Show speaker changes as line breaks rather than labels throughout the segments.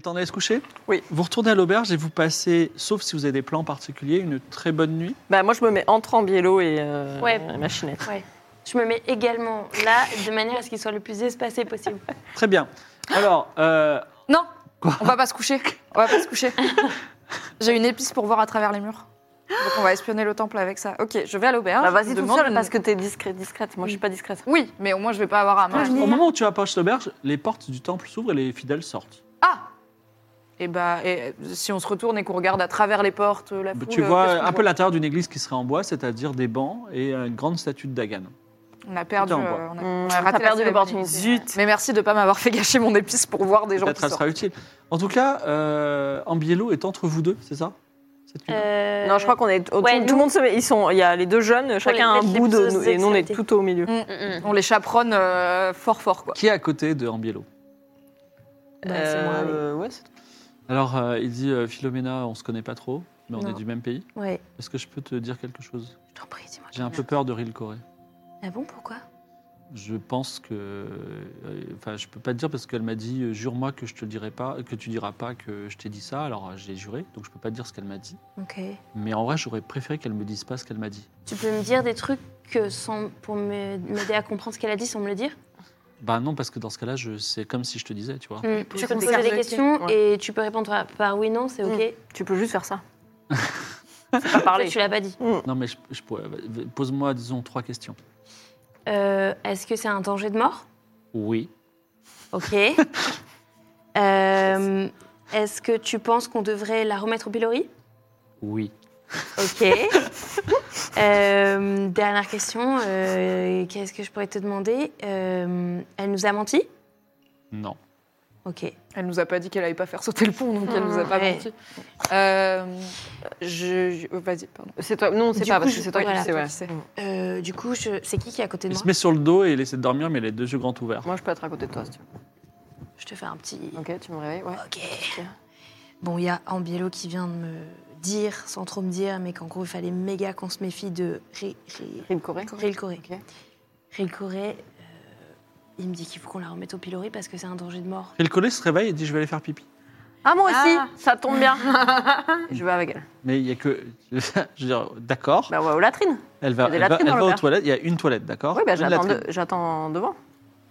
temps d'aller se coucher
Oui.
Vous retournez à l'auberge et vous passez, sauf si vous avez des plans particuliers, une très bonne nuit.
Bah, moi, je me mets entre en biello et euh,
Ouais.
machinette.
Ouais. Je me mets également là, de manière à ce qu'il soit le plus espacé possible.
Très bien. Alors, euh,
Non
Quoi
On va pas se coucher. On va pas se coucher. J'ai une épice pour voir à travers les murs. Donc on va espionner le temple avec ça. Ok, je vais à l'auberge.
Bah,
je
Vas-y tout
demande
seul
une-
parce que t'es discrète, discrète. Moi, je suis pas discrète.
Oui, mais au moins Ah, je vais pas avoir à manger.
au moment où tu approches l'auberge, les portes du temple s'ouvrent et les fidèles sortent.
Ah Et bah, et, euh, si on se retourne et qu'on regarde à travers les portes, euh, la foule,
Bah, tu
euh, qu'est-ce
vois
qu'on
un peu l'intérieur d'une église qui serait en bois, c'est-à-dire des bancs et euh, une grande statue de Dagan.
On a perdu,
Tout en
euh,
bois.
on a-
Mmh,
on a
t'as
raté la
perdu
cérémonie.
l'opportunité.
Zut Mais merci de pas m'avoir fait gâcher mon épice pour voir des gens
Peut-être
qui
elle
sortent.
sera utile. En tout cas, euh, Ambiello est entre vous deux, c'est ça C'est une-
Euh,
Non, je crois qu'on est. autour-
ouais,
tout le
nous-
monde se met. Ils sont. Il y a les deux jeunes. Chacun a un
les mettre les
bout de
plus
nous et nous on est
excités.
tout au milieu.
Mm, mm.
On les chaperonne euh, fort fort, quoi.
Qui est à côté de Ambiello
Bah, c'est moi, allez.
Euh, ouais, c'est-
Alors, euh, il dit euh, Philomena, on se connaît pas trop, mais on
Non.
est du même pays.
Ouais,
Est-ce que je peux te dire quelque chose
je t'en prie, dis-moi.
J'ai un peu peur de Ril Corée.
Ah bon, pourquoi
Je pense que, euh, enfin, je peux pas te dire parce qu'elle m'a dit, euh, jure-moi que je te dirai pas, que tu diras pas que je t'ai dit ça. Alors euh, j'ai juré, donc je peux pas te dire ce qu'elle m'a dit.
Ok.
Mais en vrai, j'aurais préféré qu'elle me dise pas ce qu'elle m'a dit.
Tu peux me dire des trucs que sans, pour me- m'aider à comprendre ce qu'elle a dit sans me le dire
Bah non, parce que dans ce cas-là, je c'est comme si je te disais, tu vois.
Mm.
pose
Je peux te poser
des
des
cartes.
questions et tu peux répondre par- par oui, non, c'est ok.
Tu peux juste faire ça. Faut pas
Parler.
parler.
Tu l'as pas dit.
Non, mais je, je pourrais- vas-y, pose-moi, disons, trois questions.
Euh, Est-ce que c'est un danger de mort
Oui.
Ok. Euh, Est-ce que tu penses qu'on devrait la remettre au pilori
Oui.
Ok. Euh, dernière question. euh, Qu'est-ce que je pourrais te demander Euh, Elle nous a menti
Non.
Ok.
Elle nous a pas dit qu'elle allait pas faire sauter le pont, donc elle nous a pas
Ouais.
menti. Euh, je... je- euh, Vas-y, pardon.
C'est toi. Nous on sait
Du
pas
coup,
parce
je-
que c'est toi qui
voilà.
le sais. ouais.
Qui sait.
Euh, du coup, je... c'est qui qui est à côté de
Il
moi
se met sur le dos et il essaie de dormir, mais les deux yeux grands ouverts.
Moi je peux être à côté de toi si tu veux.
Je te fais un petit.
Ok, tu me réveilles. Ouais.
Ok. Bon, il y a Ambiello qui vient de me dire, sans trop me dire, mais qu'en gros, il fallait méga qu'on se méfie de Ré- Ré-
Ril Corée.
Réel Corée.
Ok.
Réel Corée, euh, il me dit qu'il faut qu'on la remette au pilori parce que c'est un danger de mort.
Ril Corée se réveille et dit, je vais aller faire pipi.
Ah moi aussi.
Ah.
Ça tombe bien. je vais avec elle.
Mais il y a que, je veux dire, d'accord.
Bah on va aux latrines.
elle va,
il y a des
elle va-
latrines
elle
dans
va aux
l'auberge.
toilettes. Il y a une toilette, d'accord.
Oui, bah
Une
j'attends
latrine.
de- j'attends devant.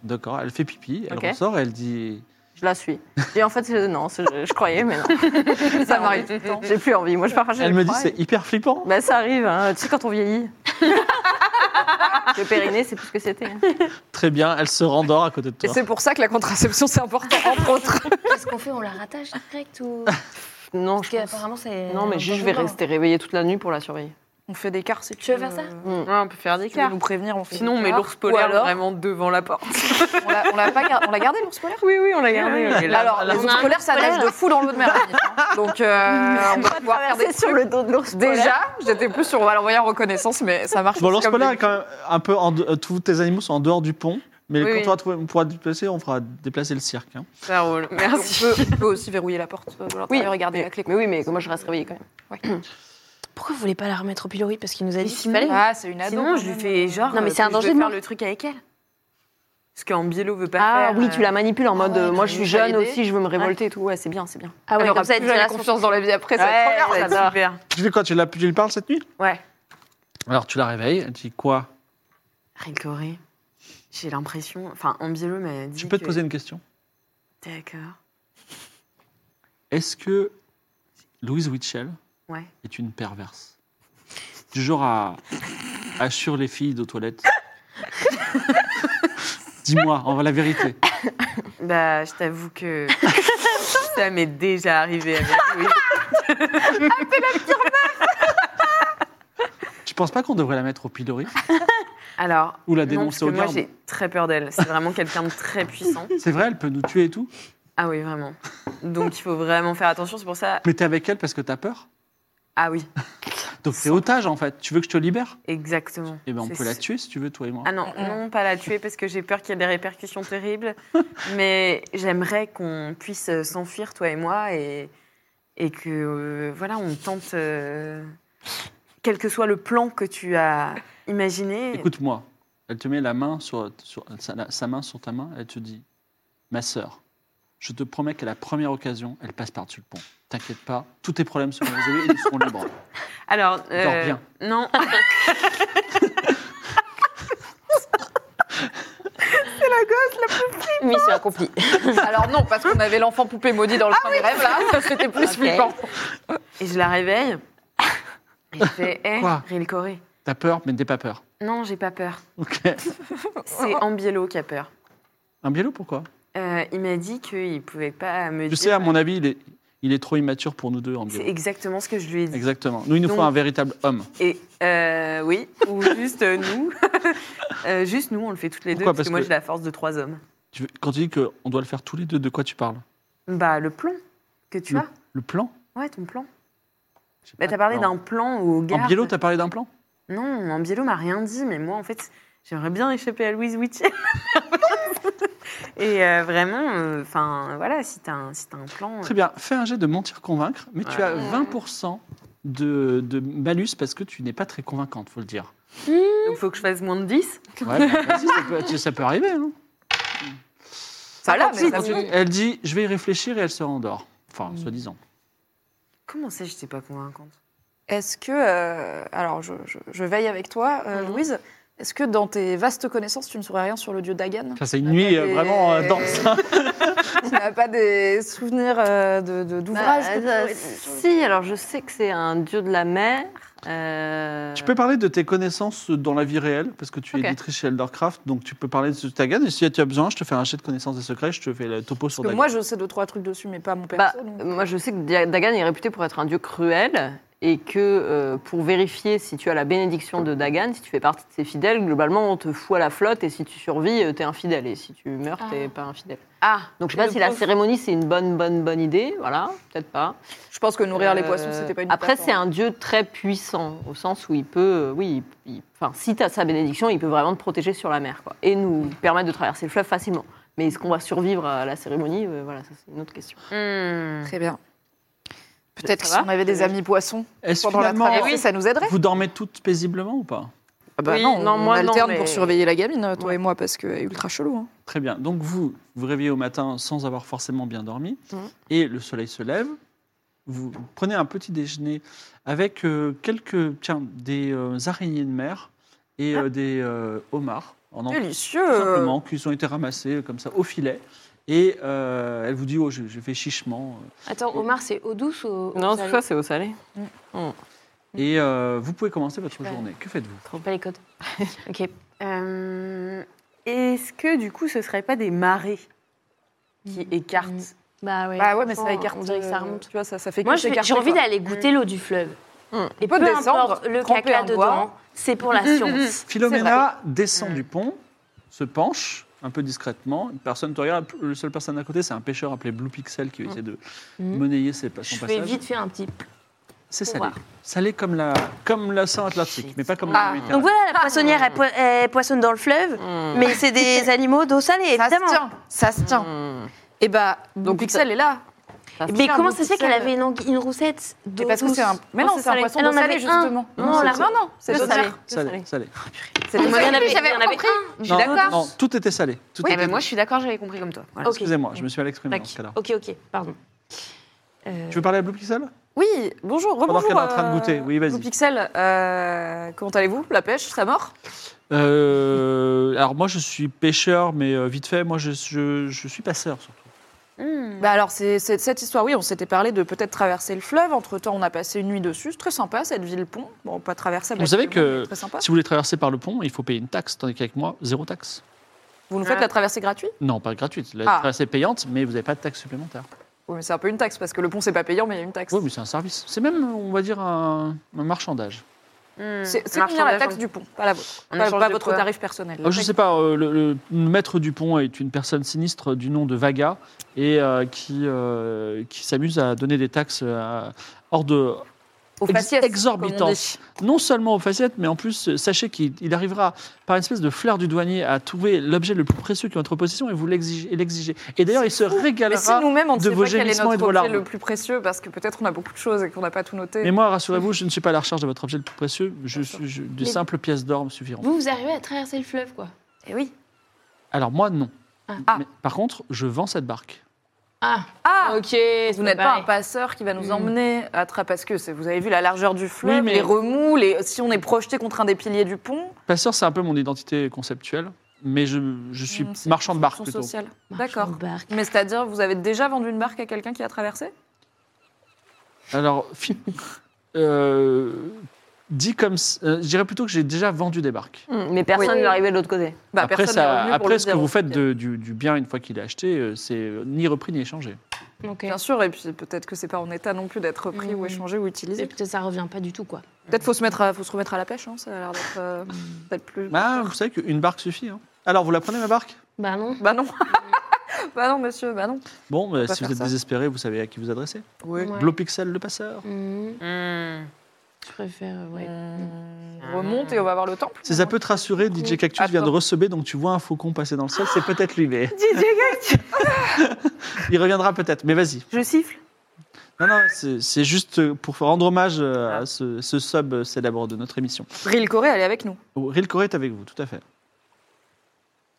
D'accord, elle fait pipi, elle
Ok.
ressort et elle dit
Je la suis. Et en fait, c'est- non, c'est- je, je croyais, mais non. ça m'arrive tout le temps. J'ai plus envie. Moi, je parfois, j'ai
Elle
le
me dit
froid et-
c'est hyper flippant.
Bah, ça arrive, hein. tu sais, quand on vieillit. le périnée, c'est plus ce que c'était. hein.
Très bien, elle se rendort à côté de
Et
toi.
c'est pour ça que la contraception, c'est important, entre autres.
Qu'est-ce qu'on fait On la rattache direct
Non,
ou Parce
je pense-
qu'apparemment, c'est.
Non, mais
un
juste, je
danger
vais
de mort.
rester réveillée toute la nuit pour la surveiller.
On fait des quarts, si
Tu veux faire ça
Hmm.
Ouais, on peut faire des
Tu veux
cartes.
nous prévenir, on fait
Sinon, on
des
met
quarts.
l'ours polaire
Ou alors,
vraiment devant la porte.
on l'a- on l'a pas gar- on l'a gardé, l'ours polaire
Oui, oui, on l'a gardé.
ouais.
Et là,
Alors, les
on a
ours
un
polaires, ça
polaire.
nage de fou dans l'eau de mer. Donc, euh, on va pouvoir faire des
c'est sur le dos de l'ours. polaire.
Déjà, j'étais plus sur on va l'envoyer en reconnaissance, mais ça marche
Bon,
aussi
l'ours
comme
polaire
des-
est quand même un peu en de- euh, tous tes animaux sont en dehors du pont, mais
Oui,
quand
oui.
on va trouver- on pourra déplacer, on fera déplacer le cirque. hein.
Ça roule. Merci.
On peut, on peut aussi verrouiller la porte euh, de l'intérieur
Oui,
et garder
mais-
la clé.
Mais oui, mais moi, je reste réveillée quand même.
Pourquoi vous voulez pas la remettre au pilori Parce qu'il nous a dit qu'il fallait.
Ah, c'est une ado.
Sinon, je lui fais genre.
Non, mais
euh,
c'est un
que je vais
danger de
faire
mort.
le truc avec elle. Ce qu'en bielo veut pas
Ah
faire.
oui, tu
euh,
la manipules en mode
ouais,
euh, moi, je
tu
suis
veux
jeune
valider.
aussi, je veux me révolter et tout. Ouais, c'est bien, c'est bien.
Ah
Elle
ouais,
aura
comme ça, elle
plus jamais
dira son-
confiance dans la
euh,
vie après, ça va
Ouais,
être trop
ouais,
bien.
j'adore.
Super.
Tu fais quoi Tu l'as tu lui parles cette nuit
Ouais.
Alors tu la réveilles, elle dit quoi
Ricoré, j'ai l'impression. Enfin, en bielo m'a dit.
Je peux te
que-
poser une question.
D'accord.
Est-ce que Louise Witchell
Ouais.
est une perverse Du genre à assure les filles aux toilettes. Dis-moi, on va la vérité.
Bah, je t'avoue que. ça m'est déjà arrivé avec lui.
Tu penses pas qu'on devrait la mettre au pilori
Alors.
ou la
non,
dénoncer
parce
au
que moi,
garde
j'ai très peur d'elle. C'est vraiment quelqu'un de très puissant.
C'est vrai, elle peut nous tuer et tout.
Ah oui, vraiment. Donc, il faut vraiment faire attention. C'est pour ça.
Mais t'es avec elle parce que t'as peur
Ah oui,
Donc t'es otage en fait. Tu veux que je te libère
exactement.
Eh ben on
C'est
peut la
ce-
tuer si tu veux, toi et moi.
Ah non, non, pas la tuer parce que j'ai peur qu'il y ait des répercussions terribles. Mais j'aimerais qu'on puisse euh, s'enfuir, toi et moi, et, et que, euh, voilà, on tente, euh, quel que soit le plan que tu as imaginé.
Écoute-moi. Elle te met la main sur, sur- sa, la- sa main sur ta main. Elle te dit, ma sœur, Je te promets qu'à la première occasion, elle passe par-dessus le pont. T'inquiète pas, tous tes problèmes seront résolus et ils seront libres.
Alors, euh,
bien.
non.
Mission accomplie.
Alors non, parce qu'on avait l'enfant poupée maudit
Ah
dans le train des rêves, là, ça c'était plus
Ok.
flippant.
Et je la réveille. Et je fais, hé,
Quoi
Rilcoré.
T'as peur, mais n'aie pas peur.
Non, j'ai pas peur.
Ok.
C'est Ambiello qui a peur.
Un biello, pourquoi
Euh, il m'a dit qu'il pouvait pas me
Tu
dire.
sais, à mon avis, il est, il est trop immature pour nous deux en
C'est
biello.
exactement ce que je lui ai dit.
Exactement. Nous, il nous faut
Donc-
un véritable homme.
Et euh, oui, ou juste euh, nous. Euh, juste nous, on le fait toutes les
Pourquoi
deux, parce,
Parce
que, moi
que-
j'ai la force de trois hommes.
Tu veux- quand tu dis qu'on doit le faire tous les deux, de quoi tu parles
Bah, le plan que tu as.
Le Ah, plan
Ouais, ton plan.
J'ai pas
Bah,
de
t'as parlé
plan.
d'un plan au gars.
En biello, t'as parlé d'un plan
Non, Ambiello m'a rien dit, mais moi, en fait, j'aimerais bien échapper à Louise Wittier. Et euh, vraiment, enfin, voilà, si t'as un, si t'as un plan. euh,
Très bien. Fais un jet de mentir-convaincre, mais tu as
Ouais.
20% de, de malus parce que tu n'es pas très convaincante, faut le dire.
donc faut que je fasse moins de 10.
Ouais, bah, vas-y, ça, peut, ça peut arriver. hein.
Ça là, mais ça Mm.
Ok. Elle dit Je vais y réfléchir et elle se rendort. Enfin, soi-disant.
Comment ça, j'étais pas convaincante
Est-ce que, euh, alors je, je- je veille avec toi, euh,
Mhm.
Louise, est-ce que dans tes vastes connaissances, tu ne saurais rien sur le dieu Dagan
Ça, c'est une nuit euh,
Et-
vraiment euh, dense. hein.
Tu n'as pas des souvenirs euh, de- de- d'ouvrages
Bah,
que tu
euh,
pourrais-
si, alors je sais que c'est un dieu de la mer. euh,
Tu peux parler de tes connaissances dans la vie réelle, parce que tu
Ok.
es éditrice chez Eldercraft, donc tu peux parler de ce Tagan. Et si tu as besoin, je te fais un jet de connaissances des secrets, je te fais le topo sur
Parce que
Dagan.
moi, je sais deux, trois trucs dessus, mais pas mon
Bah,
perso. donc.
moi, je sais que Dia- Dagan est réputé pour être un dieu cruel et que euh, pour vérifier si tu as la bénédiction de Dagan, si tu fais partie de ses fidèles, globalement, on te fout à la flotte et si tu survis, euh, t'es infidèle et si tu meurs, t'es pas infidèle.
Ah,
Donc, je sais pas
Le
si la
pauvre.
cérémonie, c'est une bonne, bonne, bonne idée. Voilà, peut-être pas.
Je pense que nourrir les
Euh,
poissons, c'était pas une
Après,
métaphore.
c'est un dieu très puissant, au sens où il peut, euh, oui, il- il- enfin, si tu as sa bénédiction, il peut vraiment te protéger sur la mer, quoi, et nous permettre de traverser le fleuve facilement. Mais est-ce qu'on va survivre à la cérémonie Euh, Voilà, ça c'est une autre question.
hmm.
Très bien. Peut-être
Ça
que
va
si on avait des amis poissons
Est-ce
pendant la
finalement,
traversée, ça nous aiderait
vous dormez toutes paisiblement ou pas
Ah bah
Eh Oui,
non,
non,
on
moi, non,
alterne
mais-
pour surveiller la gamine, toi
Ouais.
et moi, parce qu'elle est ultra chelou. hein.
Très bien. Donc vous vous réveillez au matin sans avoir forcément bien dormi
Mhm.
et le soleil se lève. Vous prenez un petit déjeuner avec euh, quelques tiens des euh, araignées de mer et euh, des euh, homards en entier, tout
Délicieux
simplement qui ont été ramassés euh, comme ça au filet. Et euh, elle vous dit oh j'ai j'ai fait chichement.
Mm.
Attends, Omar, c'est eau douce ou.
Non, tout ça c'est au salé.
Et euh, vous pouvez commencer votre
Super.
journée. Que faites-vous
Trompe pas les codes. ok.
Euh, Est-ce que du coup, ce serait pas des marées qui écartent
Bah ouais.
Bah ouais, mais ça
franchement,
écarte.
On dirait que ça
euh,
remonte.
Tu vois, ça, ça fait
Moi,
que
j'ai
s'écarter,
j'ai envie
quoi.
d'aller goûter l'eau du fleuve.
Mm.
Et
Mmh. peut
peu
descendre,
importe le
tremper
caca
un doigt.
dedans, c'est pour la science.
Philomena
Mm.
descend du pont, se penche un peu discrètement. Une personne te regarde. La seule personne à côté, c'est un pêcheur appelé Blue Pixel qui essaie de
Mhm.
monnayer ses, son
Je
passage.
vais vite faire un petit.
C'est
Faut
salé.
voir.
Salé comme la comme l'océan Atlantique, mais pas comme la
Ah.
Méditerranée.
Donc voilà, la poissonnière, elle, poi- elle poissonne dans le
Mm.
fleuve,
Mmh.
mais c'est des animaux d'eau salée,
Ça se
évidemment.
tient, ça se tient. Et bah,
Donc,
donc Pixel est là.
Mais
tient,
comment
le
ça se fait
Pixel.
qu'elle avait une, angu- une roussette d'eau
Et parce que
douce
c'est un. Mais
d'eau
non, c'est un
salée
poisson
Elle en
d'eau salée,
avait un.
justement.
Non,
c'est-
la-
non, non, c'est
le
d'eau
salé.
salée.
salé, salé.
C'est d'eau
Moi, il y en
salée.
avait-
j'avais
il y en avait
compris.
un.
Je suis
Non,
d'accord.
non, tout était salé. Tout
Eh
était-
ben, moi, je suis d'accord, j'avais compris comme toi. Voilà.
Ok.
Excusez-moi, je me suis mal exprimé dans
Tac.
ce cas-là.
Ok, ok, pardon. Euh,
Tu veux parler à Blue Pixel
Oui, bonjour,
Pendant
rebonjour.
qu'elle est en train de goûter,
euh,
oui, vas-y.
Blue Pixel, euh, comment allez-vous La pêche, ça mort
euh, Alors moi, je suis pêcheur, mais euh, vite fait, moi, je, je, je suis passeur surtout.
Hmm.
Bah alors, c'est c'est- cette histoire, oui, on s'était parlé de peut-être traverser le fleuve. Entre-temps, on a passé une nuit dessus. C'est très sympa, cette ville-pont. Bon, pas traversable.
Vous savez
actuellement,
que-
mais Très sympa.
Si vous voulez traverser par le pont, il faut payer une taxe, tandis qu'avec moi, zéro taxe.
Vous nous faites
Ah.
la traversée gratuite
Non, pas gratuite. La
Ah.
traversée est payante, mais vous n'avez pas de taxe supplémentaire.
Oui, mais c'est un peu une taxe, parce que le pont, c'est pas payant, mais il y a une taxe.
Oui, mais c'est un service. C'est même, on va dire, un, un marchandage.
Hmm.
C'est c'est
Un
combien la
marchand
taxe
d'argent.
du pont Pas la vôtre.
En
Pas,
échange
pas
de
votre
quoi
tarif personnel.
Euh, je sais pas, euh, le, le- le maître du pont est une personne sinistre du nom de Vaga et euh, qui, euh, qui s'amuse à donner des taxes à- hors de.
Au
ex-
faciès,
exorbitantes.
comme on dit.
Non seulement aux facettes, mais en plus, euh, sachez qu'il il arrivera par une espèce de flair du douanier à trouver l'objet le plus précieux qui est en votre possession et vous l'exigez. et l'exigez. Et d'ailleurs, il se
Mais
régalera.
si nous-mêmes, on ne
de
sait
vos
pas quel est
gémissements et de
notre
vos
objet
larmes.
le plus précieux, parce que peut-être on a beaucoup de choses et qu'on n'a pas tout noté.
Mais moi, rassurez-vous, je ne suis pas à la recherche de votre objet le plus précieux. Je suis je- de
Mais-
simples pièces d'or me suffiront.
Vous, vous arrivez à traverser le fleuve, quoi.
Eh oui.
Alors moi, non.
Ah.
Mais par contre, je vends cette barque.
Ah,
Ah
ok. c'est
Vous n'êtes pas un
pareil.
passeur qui va nous emmener à tra- parce que c'est- vous avez vu la largeur du fleuve,
Oui, mais-
les remous, les... si on est projeté contre un des piliers du pont,
Passeur, c'est un peu mon identité conceptuelle, mais je, je suis
Mm, c'est
marchand de barque
son
plutôt.
social. D'accord.
Marchand de barque.
Mais c'est-à-dire, vous avez déjà vendu une barque à quelqu'un qui a traversé
Alors, fi- euh, dit comme, c- euh, je dirais plutôt que j'ai déjà vendu des barques.
Hmm, Mais personne
Oui.
n'est arrivé de l'autre côté.
Bah,
après,
personne
ça-
n'est revenu pour
après
le
ce que
zéro.
vous faites de- du, du bien une fois qu'il est acheté, euh, c'est euh, ni repris ni échangé.
Ok.
Bien sûr, et puis peut-être que c'est pas en état non plus d'être repris
Mm.
ou échangé ou utilisé.
Et peut-être ça revient pas du tout, quoi.
Peut-être faut se mettre, à, faut se remettre à la pêche, hein, ça a l'air d'être euh, peut-être plus.
Mm. Bah, vous savez qu'une barque suffit. hein. Alors, vous la prenez ma barque
Bah non.
Bah non, bah non, monsieur, bah non.
Bon, bah,
pas
si vous
faire
êtes
ça.
désespéré, vous savez à qui vous adresser.
Oui.
Ouais.
Blopixel, le passeur.
Mmh,
Hmm.
je préfère, euh, ouais.
On remonte et on va voir le temple.
Si ça peut te rassurer, DJ Cactus vient de
Attends.
receber, donc tu vois un faucon passer dans le sol, c'est peut-être lui, mais... Il reviendra peut-être, mais vas-y.
Je siffle.
Non, non, c'est c'est juste pour rendre hommage euh, à ce, ce sub célèbre de notre émission.
Ril Coré, elle est avec nous.
Oh, Real Corée est avec vous, tout à fait.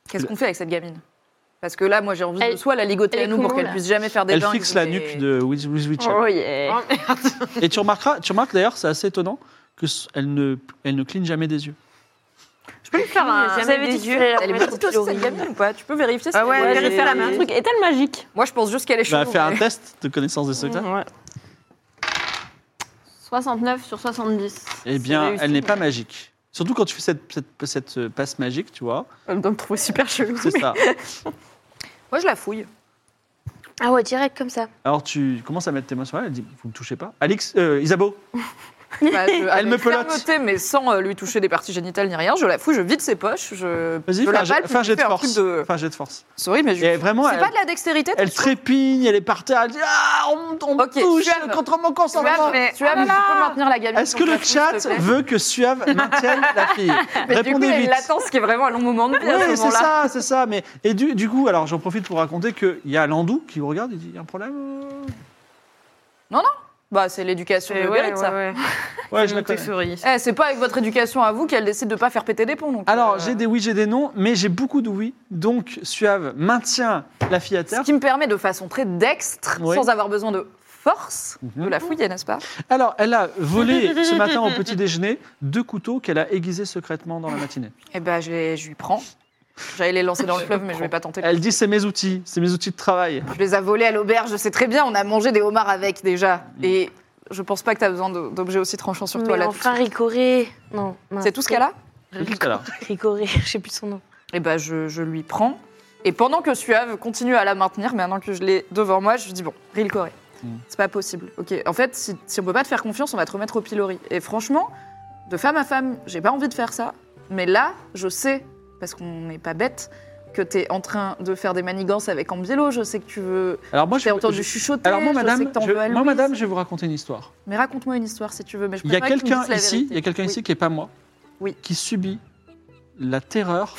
Qu'est-ce qu'on fait avec cette gamine Parce que là, moi, j'ai envie de
Elle-
soit la ligoter
elle
à
est
nous pour
comment,
qu'elle
là
puisse jamais faire des
Elle
dingues
fixe
ou
la
des-
nuque de Wiz Wiz Witcher.
Oh yeah.
Oh, merde.
Et tu remarqueras, tu remarques d'ailleurs, c'est assez étonnant que s- elle ne, elle ne cligne jamais des yeux.
Je peux lui faire un.
Jamais des yeux.
Elle est
Est-elle
beaucoup plus cette gamine ou pas Tu peux vérifier si
Ah ouais,
elle est-
vérifie la main.
Truc.
magique
Moi, je pense juste qu'elle est
Bah,
chelou.
fais un
mais-
test de connaissance des secrets.
Ouais. 69 sur 70.
Eh
C'est
bien,
réussi.
elle n'est pas magique. Surtout quand tu fais cette, cette, cette, euh, passe magique, tu vois.
Elle doit me trouver super chelou.
C'est ça.
Moi, je la fouille.
Ah ouais, direct comme ça.
Alors tu commences à mettre tes mains sur elle, elle dit Vous me touchez pas Alix, euh, Isabeau,
Bah, je- avec
me pelote.
fermeté, mais sans euh, lui toucher des parties génitales ni rien. Je la fouille, je vide ses poches. Je,
vas-y,
je
fais
la
un jet-
palpe,
fais un
je
jet de
fais un
force.
truc de-
Fais un jet de force.
Sorry, mais je...
Et vraiment,
c'est
elle,
pas de la dextérité.
elle
t'es sûr
trépigne, elle est par terre, elle dit Ah, on, on me
Ok,
touche,
Suave.
contre mon
Suave,
consentement.
mais- Suave, tu peux maintenir la gamine.
Est-ce que le chat veut que Suave maintienne la fille
Mais du coup, il
Répondez
y a une
vite.
latence qui est vraiment un long moment de vie à
Oui,
ce
c'est
moment-là.
ça, c'est ça. Mais et du, du coup, alors j'en profite pour raconter qu'il y a Landou qui vous regarde. Il dit il y a un problème. euh
Bah, c'est l'éducation de
Eh Ouais,
Berit,
ouais,
ça.
ouais.
Ouais, je
C'est
la
mon
connais.
tessori.
Eh, c'est pas avec votre éducation à vous qu'elle décide de pas faire péter des ponts. donc,
Alors
euh,
j'ai des oui, j'ai des non, mais j'ai beaucoup de oui. Donc Suave maintient la fille à
Ce
terre.
qui me permet de façon très dextre,
Oui.
sans avoir besoin de force,
Mhm.
de la fouiller, n'est-ce pas
Alors elle a volé ce matin au petit déjeuner deux couteaux qu'elle a aiguisés secrètement dans la matinée.
Eh ben, je, les- je lui prends. J'allais les lancer dans le fleuve, mais je vais pas tenter.
Elle dit c'est mes outils, c'est mes outils de travail.
Je les ai volés à l'auberge, je sais très bien, on a mangé des homards avec déjà.
Mmh.
Et je pense pas que t'as besoin de- d'objets aussi tranchants sur toi
Mais
là.
enfin,
tout de
Ricoré. Non,
suite.
mince.
C'est tout ce qu'elle a
C'est tout ce qu'elle a.
Ricoré, je sais plus son nom.
Eh ben, je, je lui prends. Et pendant que Suave continue à la maintenir, maintenant que je l'ai devant moi, je lui dis bon, Ril Coré,
Mm.
c'est pas possible. Ok, en fait, si, si on peut pas te faire confiance, on va te remettre au pilori. Et franchement, de femme à femme, j'ai pas envie de faire ça. Mais là, je sais, parce qu'on n'est pas bête, que t'es en train de faire des manigances avec Ambiello. Je sais que tu veux.
Alors moi
J'ai
je,
entendu
je-
chuchoter.
alors moi
je sais
madame,
que t'en
je-
veux à
moi
Louise.
madame, je vais vous raconter une histoire.
Mais raconte-moi une histoire si tu veux. Mais je
Il y a
préférerais que tu me
quelqu'un
dises la
ici,
vérité.
il y a quelqu'un
Oui.
ici qui est pas moi,
Oui.
qui subit la terreur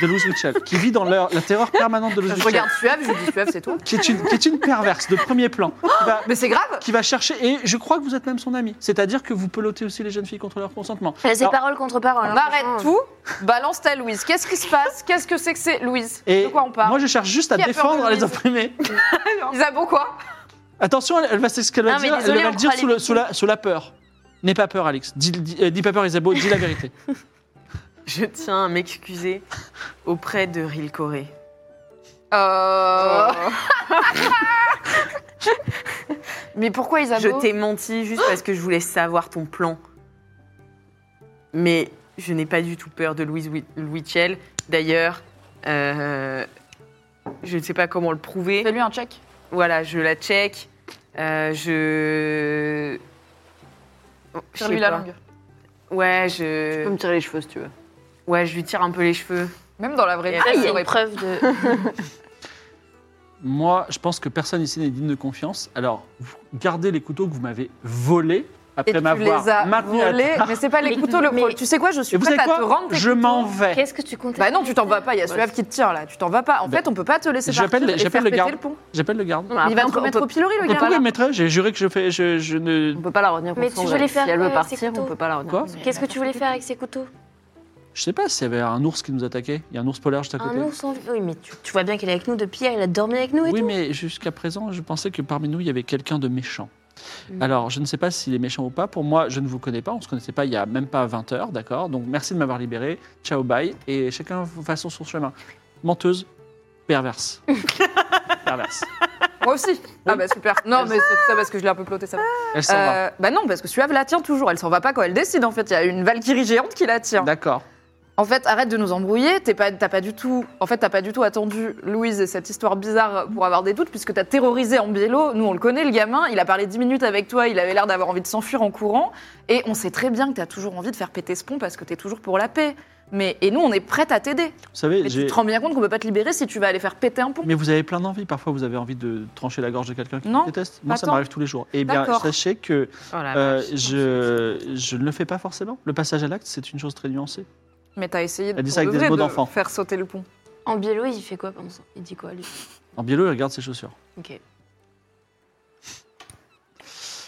de Louise Mitchell, qui vit dans leur- la terreur permanente de Louise
Je
Mitchell,
regarde Suave, je lui dis Suave, c'est toi.
qui est, une, qui est une perverse de premier plan, qui va,
Mais c'est grave
qui va chercher, et je crois que vous êtes même son ami, c'est-à-dire que vous pelotez aussi les jeunes filles contre leur consentement.
Euh, C'est
Alors-
parole contre parole.
On
hein,
arrête
franchement.
tout, balance ta Louise. Qu'est-ce qui se passe Qu'est-ce que c'est que c'est Louise
Et
De quoi on parle
moi, je cherche juste à
Qui a peur
défendre
de
les
Louise
opprimés.
Isabeau quoi
Attention, elle, elle va, c'est ce qu'elle va
Non, mais
dire,
désolé,
elle va
on
le dire
croit
sous,
les
le- sous la, sous la peur. N'aie pas peur, Alex. Dis, dis- euh, dis pas peur, Isabeau, dis la vérité.
Je tiens à m'excuser auprès de Ril Coré.
Euh... Mais pourquoi
Je
Isabeau
t'ai menti juste parce que je voulais savoir ton plan. Mais je n'ai pas du tout peur de Louise Wi- Witchell. D'ailleurs, euh, je ne sais pas comment le prouver.
Fais-lui un check.
Voilà, je la check. Euh, je. Oh, je sais
Fais-lui la
pas.
langue.
Ouais,
Tu peux
je.
me tirer les cheveux si tu veux.
Ouais, je lui tire un peu les cheveux.
Même dans la vraie
Ah,
vie,
Il y
ça
a
aurait
une preuve de.
Moi, je pense que personne ici n'est digne de confiance. Alors, vous gardez les couteaux que vous m'avez volés
Et
après
tu
m'avoir
les as
maintenu à
volés, mais c'est pas les
Mais-
couteaux le
mais-
problème. Tu sais quoi, je suis
Et vous savez
prête à te
quoi
rendre tes
Je
couteaux.
m'en vais.
Qu'est-ce que tu comptes
Bah non, tu t'en vas pas, il y a Suave qui te tient là, tu t'en vas pas. En
Bah,
fait, on peut pas te laisser
j'appelle-
partir et
j'appelle
faire
le garde.
péter le pont.
J'appelle le garde.
Il va te remettre au pilori le
Mais pourquoi
gars.
il me mettrait J'ai juré que je, fais, je, je ne.
On peut pas la retenir.
Mais
contre
tu
son
voulais
gré.
faire euh,
Si elle veut
quoi avec ses
partir, on
couteaux
peut pas la retenir.
Quoi
contre son gré.
Qu'est-ce que tu voulais faire avec ces couteaux
Je sais pas s'il y avait un ours qui nous attaquait. Il y a un ours polaire juste à côté.
Un ours en vie. Oui, mais tu, tu vois bien qu'elle est avec nous depuis hier, elle a dormi avec nous et
Oui,
tout.
mais jusqu'à présent, je pensais que parmi nous, il y avait quelqu'un de méchant.
Mm.
Alors, je ne sais pas s'il est méchant ou pas. Pour moi, je ne vous connais pas. On ne se connaissait pas il y a même pas 20 heures, d'accord Donc, merci de m'avoir libéré. Ciao, bye. Et chacun façon son chemin. Menteuse, perverse. perverse.
Moi aussi. Ah bah super. Non, mais c'est ça parce que je l'ai un peu ploté, ça va.
Elle s'en va.
Euh, bah non, parce que Suave la tient toujours. Elle s'en va pas quand elle décide, en fait. Il y a une Valkyrie géante qui la tient.
D'accord.
En fait, arrête de nous embrouiller. T'es pas, t'as pas du tout. En fait, t'as pas du tout attendu Louise et cette histoire bizarre pour avoir des doutes, puisque t'as terrorisé Ambiello. Nous, on le connaît, le gamin. Il a parlé 10 minutes avec toi. Il avait l'air d'avoir envie de s'enfuir en courant. Et on sait très bien que t'as toujours envie de faire péter ce pont parce que t'es toujours pour la paix. Mais et nous, on est prête à t'aider.
Vous
Mais
savez,
tu
j'ai.
te rends bien compte qu'on peut pas te libérer si tu vas aller faire péter un pont.
Mais vous avez plein d'envies. Parfois, vous avez envie de trancher la gorge de quelqu'un qui
Non,
vous déteste. Moi, ça
attends.
m'arrive tous les jours. Eh bien,
D'accord. Ah bah,
sachez que
Oh la
euh,
vache.
je, je ne le fais pas forcément. Le passage à l'acte, c'est une chose très nuancée.
Mais t'as essayé
Elle dit
pour
ça avec
de
des
vrai,
mots
de
d'enfant.
faire sauter le pont.
En biélo, il fait quoi pendant ça Il dit quoi, lui
En biélo, il regarde ses chaussures.
Ok.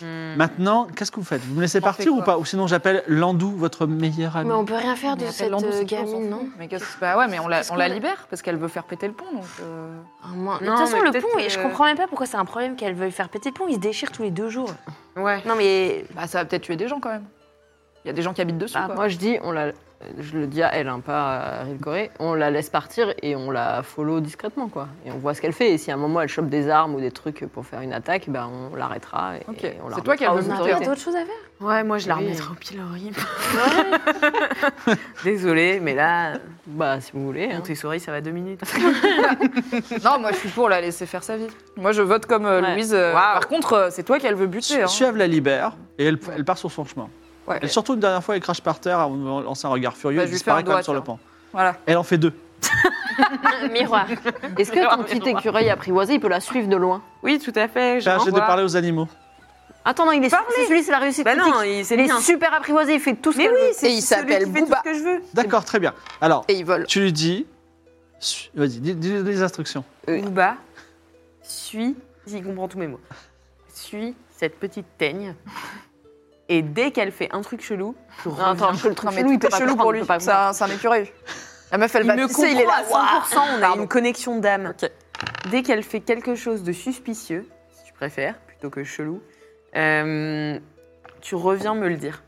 Hmm.
Maintenant, qu'est-ce que vous faites Vous me laissez
On fait
partir ou
Mm. quoi
pas Ou sinon, j'appelle Landou, votre meilleur ami.
Mais on peut rien faire
Mais
de
appelle
cette
Landau,
euh,
c'est tout, Ah on s'en
gamine,
fout.
non
Mais qu'est-ce que bah ouais, mais on la,
Qu'est-ce
on
qu'on
la
la-
libère parce qu'elle veut faire péter le pont. Donc euh,
Ah, moi- mais De
Non,
toute façon,
mais
le
peut-être euh,
pont, et je
que-
comprends même pas pourquoi c'est un problème qu'elle veuille faire péter le pont. Il se déchire tous les deux jours.
Ouais.
Non, mais.
bah, ça va peut-être tuer des gens quand même. Il y a des gens qui habitent
Bah,
dessus.
Ah,
quoi.
moi, je dis, on la, je le dis à elle, hein, pas à Rilcoré, on la laisse partir et on la follow discrètement, quoi. Et on voit ce qu'elle fait. Et si à un moment elle chope des armes ou des trucs pour faire une attaque, ben on l'arrêtera. Et,
Ok.
et on la
C'est toi qui as
remettra aux
le
On a
autorités.
rien
autorités.
d'autre chose à faire
Ouais, moi je la
Oui.
remettrai au pilori. Désolée, mais là,
Bah, si vous voulez. hein.
tes souris, ça va deux minutes.
Non, moi je suis pour la laisser faire sa vie. Moi je vote comme euh,
Ouais.
Louise. euh, Par contre, euh, c'est toi qu'elle veut buter. hein.
Suave la libère et elle, elle part sur son chemin.
Ouais.
Elle se retrouve une dernière fois, elle crache par terre, avant de lancer un regard furieux,
Bah,
elle
je lui
disparaît
fais un
quand même
doigt,
sur le
tiens.
pont.
Voilà.
Elle en fait deux.
Miroir.
Est-ce que ton petit écureuil apprivoisé, il peut la suivre de loin
Oui, tout à fait.
J'ai de parler aux animaux.
Attends, non, il est
Parlez
c'est celui, c'est la réussite
Bah
critique.
non, il- c'est
il est
bien.
super apprivoisé, il fait tout ce
Mais
qu'elle
oui,
veut.
c'est
Et il
celui
s'appelle
qui fait
Booba.
tout ce que je veux.
D'accord, très bien. Alors,
Et ils volent.
tu lui dis. su- Vas-y, dis, dis les instructions.
Euh,
Booba, bah, suis, j'y comprends tous mes mots, suis cette petite teigne. Et dès qu'elle fait un truc chelou, je
Non, attends,
reviens.
parce que le truc
Non, mais
chelou, il
tout
peut
est
pas
chelou
comprendre, il
pour lui.
peut pas
C'est un, c'est un écureuil. La meuf, elle
il
va
me
pisser, il est
comprend
là.
à 100%, on a
Pardon.
une connexion d'âme.
Ok.
Dès qu'elle fait quelque chose de suspicieux, si tu préfères, plutôt que chelou, euh, tu reviens me le dire.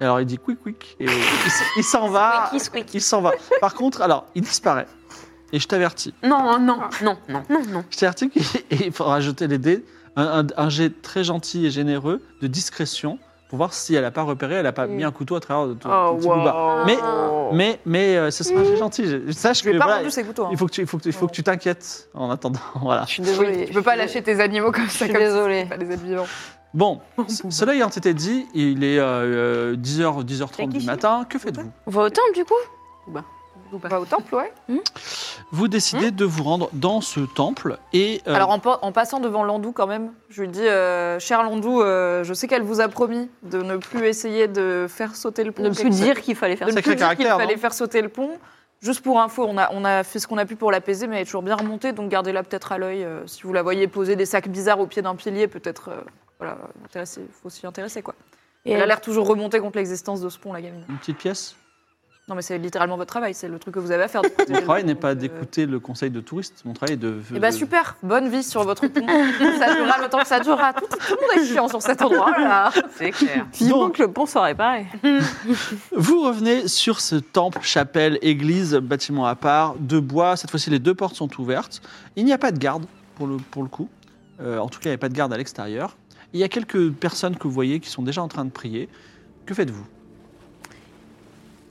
Alors, il dit quick, quick. Et il s- il s'en va.
Squeaky, squeaky.
Il s'en va. Par contre, alors, il disparaît. Et je t'avertis.
Non, hein, non, non, non, non, non.
Je t'avertis qu'il faudra jeter les dés. Un, un- un jet très gentil et généreux de discrétion pour voir si elle n'a pas repéré, elle n'a pas
Mm.
mis un couteau à travers de
Oh,
ton,
Oh,
ton petit boubard. Mais- Mais, mais euh, ce sera un jet gentil. Je- je- Sache
Mm. Je lui
que
ai pas
voilà,
rendu ses couteaux. hein.
il faut que tu, il faut que tu, il faut que tu t'inquiètes en attendant. Voilà.
Je suis
Oui,
désolée.
tu peux pas lâcher tes animaux comme
Je
ça.
suis
Comme ça,
désolée.
c'est pas des êtres vivants.
Bon, ce- cela ayant été dit, il est euh, euh, 10h, 10h30 du matin. Que faites-vous
On va au temple, du coup
On va au temple, ouais.
Vous décidez de vous rendre dans ce temple et euh,
Hmm Alors en, pa- en passant devant Landou quand même, je lui dis, euh, cher Landou, euh, je sais qu'elle vous a promis de ne plus essayer de faire sauter le pont.
Ne plus dire qu'il fallait faire
de ne
ça.
Sacré
plus dire qu'il
caractère,
fallait
non
faire sauter le pont. Juste pour info, on a, on a fait ce qu'on a pu pour l'apaiser, mais elle est toujours bien remontée, donc gardez-la peut-être à l'œil. euh, si vous la voyez poser des sacs bizarres au pied d'un pilier, peut-être, euh, voilà, il faut s'y intéresser quoi.
Et
elle a
elle-
l'air toujours remontée contre l'existence de ce pont, la gamine.
une petite pièce.
Non mais c'est littéralement votre travail, c'est le truc que vous avez à faire.
Mon travail n'est pas d'écouter le conseil de touristes. Mon travail est de.
Euh,
euh,
Eh bah
de-
super, bonne vie sur votre pont. ça durera le temps que ça durera. Tout, tout le monde est chiant sur cet endroit là.
C'est clair.
Vivement que le pont soit réparé.
Vous revenez sur ce temple, chapelle, église, bâtiment à part, de bois. Cette fois-ci, les deux portes sont ouvertes. Il n'y a pas de garde, pour le, pour le coup. Euh, en tout cas, il n'y a pas de garde à l'extérieur. Il y a quelques personnes que vous voyez qui sont déjà en train de prier. Que faites-vous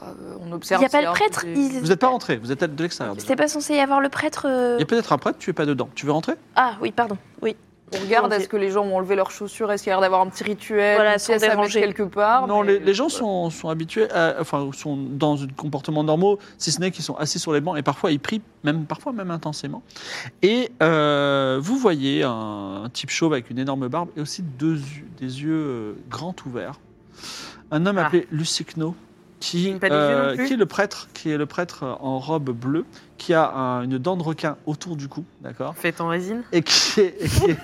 Euh, on
Il
observe.
n'y a pas
s'il
le
un
prêtre
petit-
il-
Vous n'êtes pas rentré, vous êtes de l'extérieur. déjà.
C'était pas censé y avoir le prêtre euh,
Il y a peut-être un prêtre, tu es pas dedans. Tu veux rentrer
Ah, oui, pardon. Oui.
On regarde, est-ce que les gens ont enlevé leurs chaussures Est-ce qu'il y a l'air d'avoir un petit rituel
Voilà,
une
sans
pièce à mettre
déranger.
quelque part
Non, les,
mais-
les gens sont, sont habitués, à- enfin, sont dans un comportement normal, si ce n'est qu'ils sont assis sur les bancs et parfois ils prient, même, parfois même intensément. Et euh, vous voyez un, un type chauve avec une énorme barbe et aussi deux, yeux- des yeux euh, grands ouverts. Un homme
Ah.
appelé Lucicno qui, euh,
pas des vieux non plus
qui est le prêtre, qui est le prêtre euh, en robe bleue, qui a un- une dent de requin autour du cou, d'accord,
Fait en résine.
et qui est, et qui est-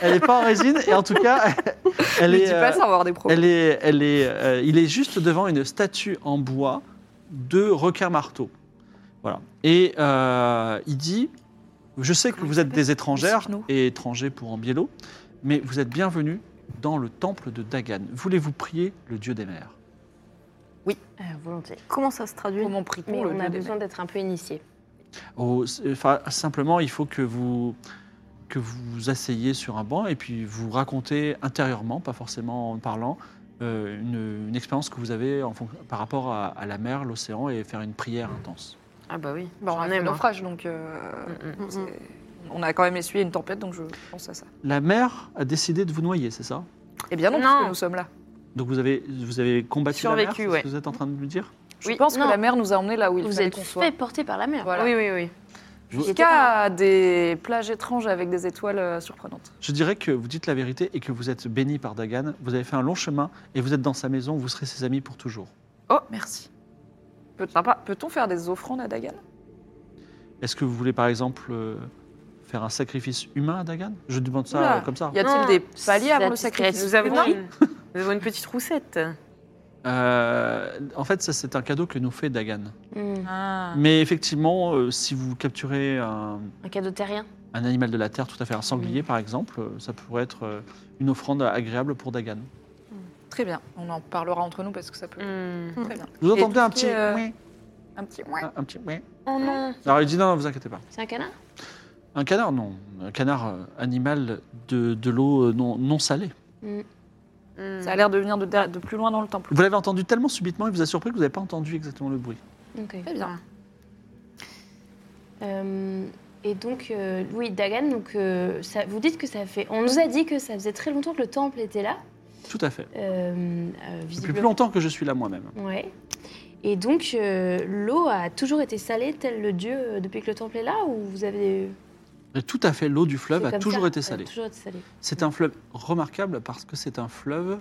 elle est pas en résine, et en tout cas, elle
Ne
est,
dis pas
euh,
ça, on va avoir des problèmes.
elle est, elle est, euh, il est juste devant une statue en bois de requin marteau, voilà, et euh, il dit, je sais que vous êtes des étrangères
Explique-nous.
et étrangers pour en biélo, mais vous êtes bienvenus dans le temple de Dagan. Voulez-vous prier le dieu des mers?
volontiers.
Comment ça se traduit
Comment prie-t-on
Mais
le
on a
dieu des
besoin d'être un peu initié.
Au- euh, enfin, simplement, il faut que vous que vous vous asseyez sur un banc et puis vous racontez intérieurement, pas forcément en parlant, euh, une, une expérience que vous avez en fon- par rapport à, à la mer, l'océan et faire une prière intense.
Ah bah oui.
Bah, on
j'en
a
ai,
fait le
moi.
naufrage, donc euh,
Mm, mm.
c'est- on a quand même essuyé une tempête, donc je pense à ça.
La mer a décidé de vous noyer, c'est ça
Eh bien non, parce
Non.
que nous sommes là.
Donc vous avez vous avez combattu la mer,
Survécu,
c'est ce
ouais.
que vous êtes en train de me dire
Je
Oui,
pense
non.
que la mer nous a emmenés là où il
Vous
fallait
êtes
qu'on soit.
fait porter par la mer.
Voilà.
Oui, oui, oui.
Jusqu'à des plages étranges avec des étoiles euh, surprenantes.
Je dirais que vous dites la vérité et que vous êtes béni par Dagan, vous avez fait un long chemin et vous êtes dans sa maison, vous serez ses amis pour toujours.
Oh, merci. Peut- Peut-on faire des offrandes à Dagan
Est-ce que vous voulez par exemple euh, faire un sacrifice humain à Dagan Je demande ça
Oula,
euh, comme ça.
Y a-t-il
Non,
des paliers avant le
c'est
sacrifice
Nous avons,
Non.
une... nous avons une petite roussette.
Euh, en fait, ça c'est un cadeau que nous fait Dagan.
Hmm,
Ah.
Mais effectivement, euh, si vous capturez un,
Un cadeau terrien.
un animal de la terre, tout à fait un sanglier par exemple, euh, ça pourrait être euh, une offrande agréable pour Dagan.
Très bien, on en parlera entre nous parce que ça peut.
Mm.
Très bien.
Vous
Et
entendez
tout
un
ce qui
petit
est, euh,
oui,
Un petit. Ouais.
un, un petit oui.
Oh non.
Alors il dit non, ne vous inquiétez pas.
C'est un canard
Un canard, non. Un canard euh, animal de, de l'eau euh, non, non salée.
Mm. Mhm.
Ça a l'air de venir de, de plus loin dans le temple.
Vous l'avez entendu tellement subitement, il vous a surpris que vous n'avez pas entendu exactement le bruit.
Ok.
Très bien.
Euh, et donc, euh, oui, Dagan, donc, euh, ça, vous dites que ça fait. On nous a dit que ça faisait très longtemps que le temple était là.
Tout à fait.
Euh, euh,
Depuis plus
visiblement.
longtemps que je suis là moi-même.
Ouais. Et donc, euh, l'eau a toujours été salée, tel le dieu, euh, depuis que le temple est là Ou vous avez.
Et tout à fait, l'eau du fleuve
c'est
a
comme
toujours
ça
été salée.
Elle a toujours été salée.
C'est un fleuve remarquable parce que c'est un fleuve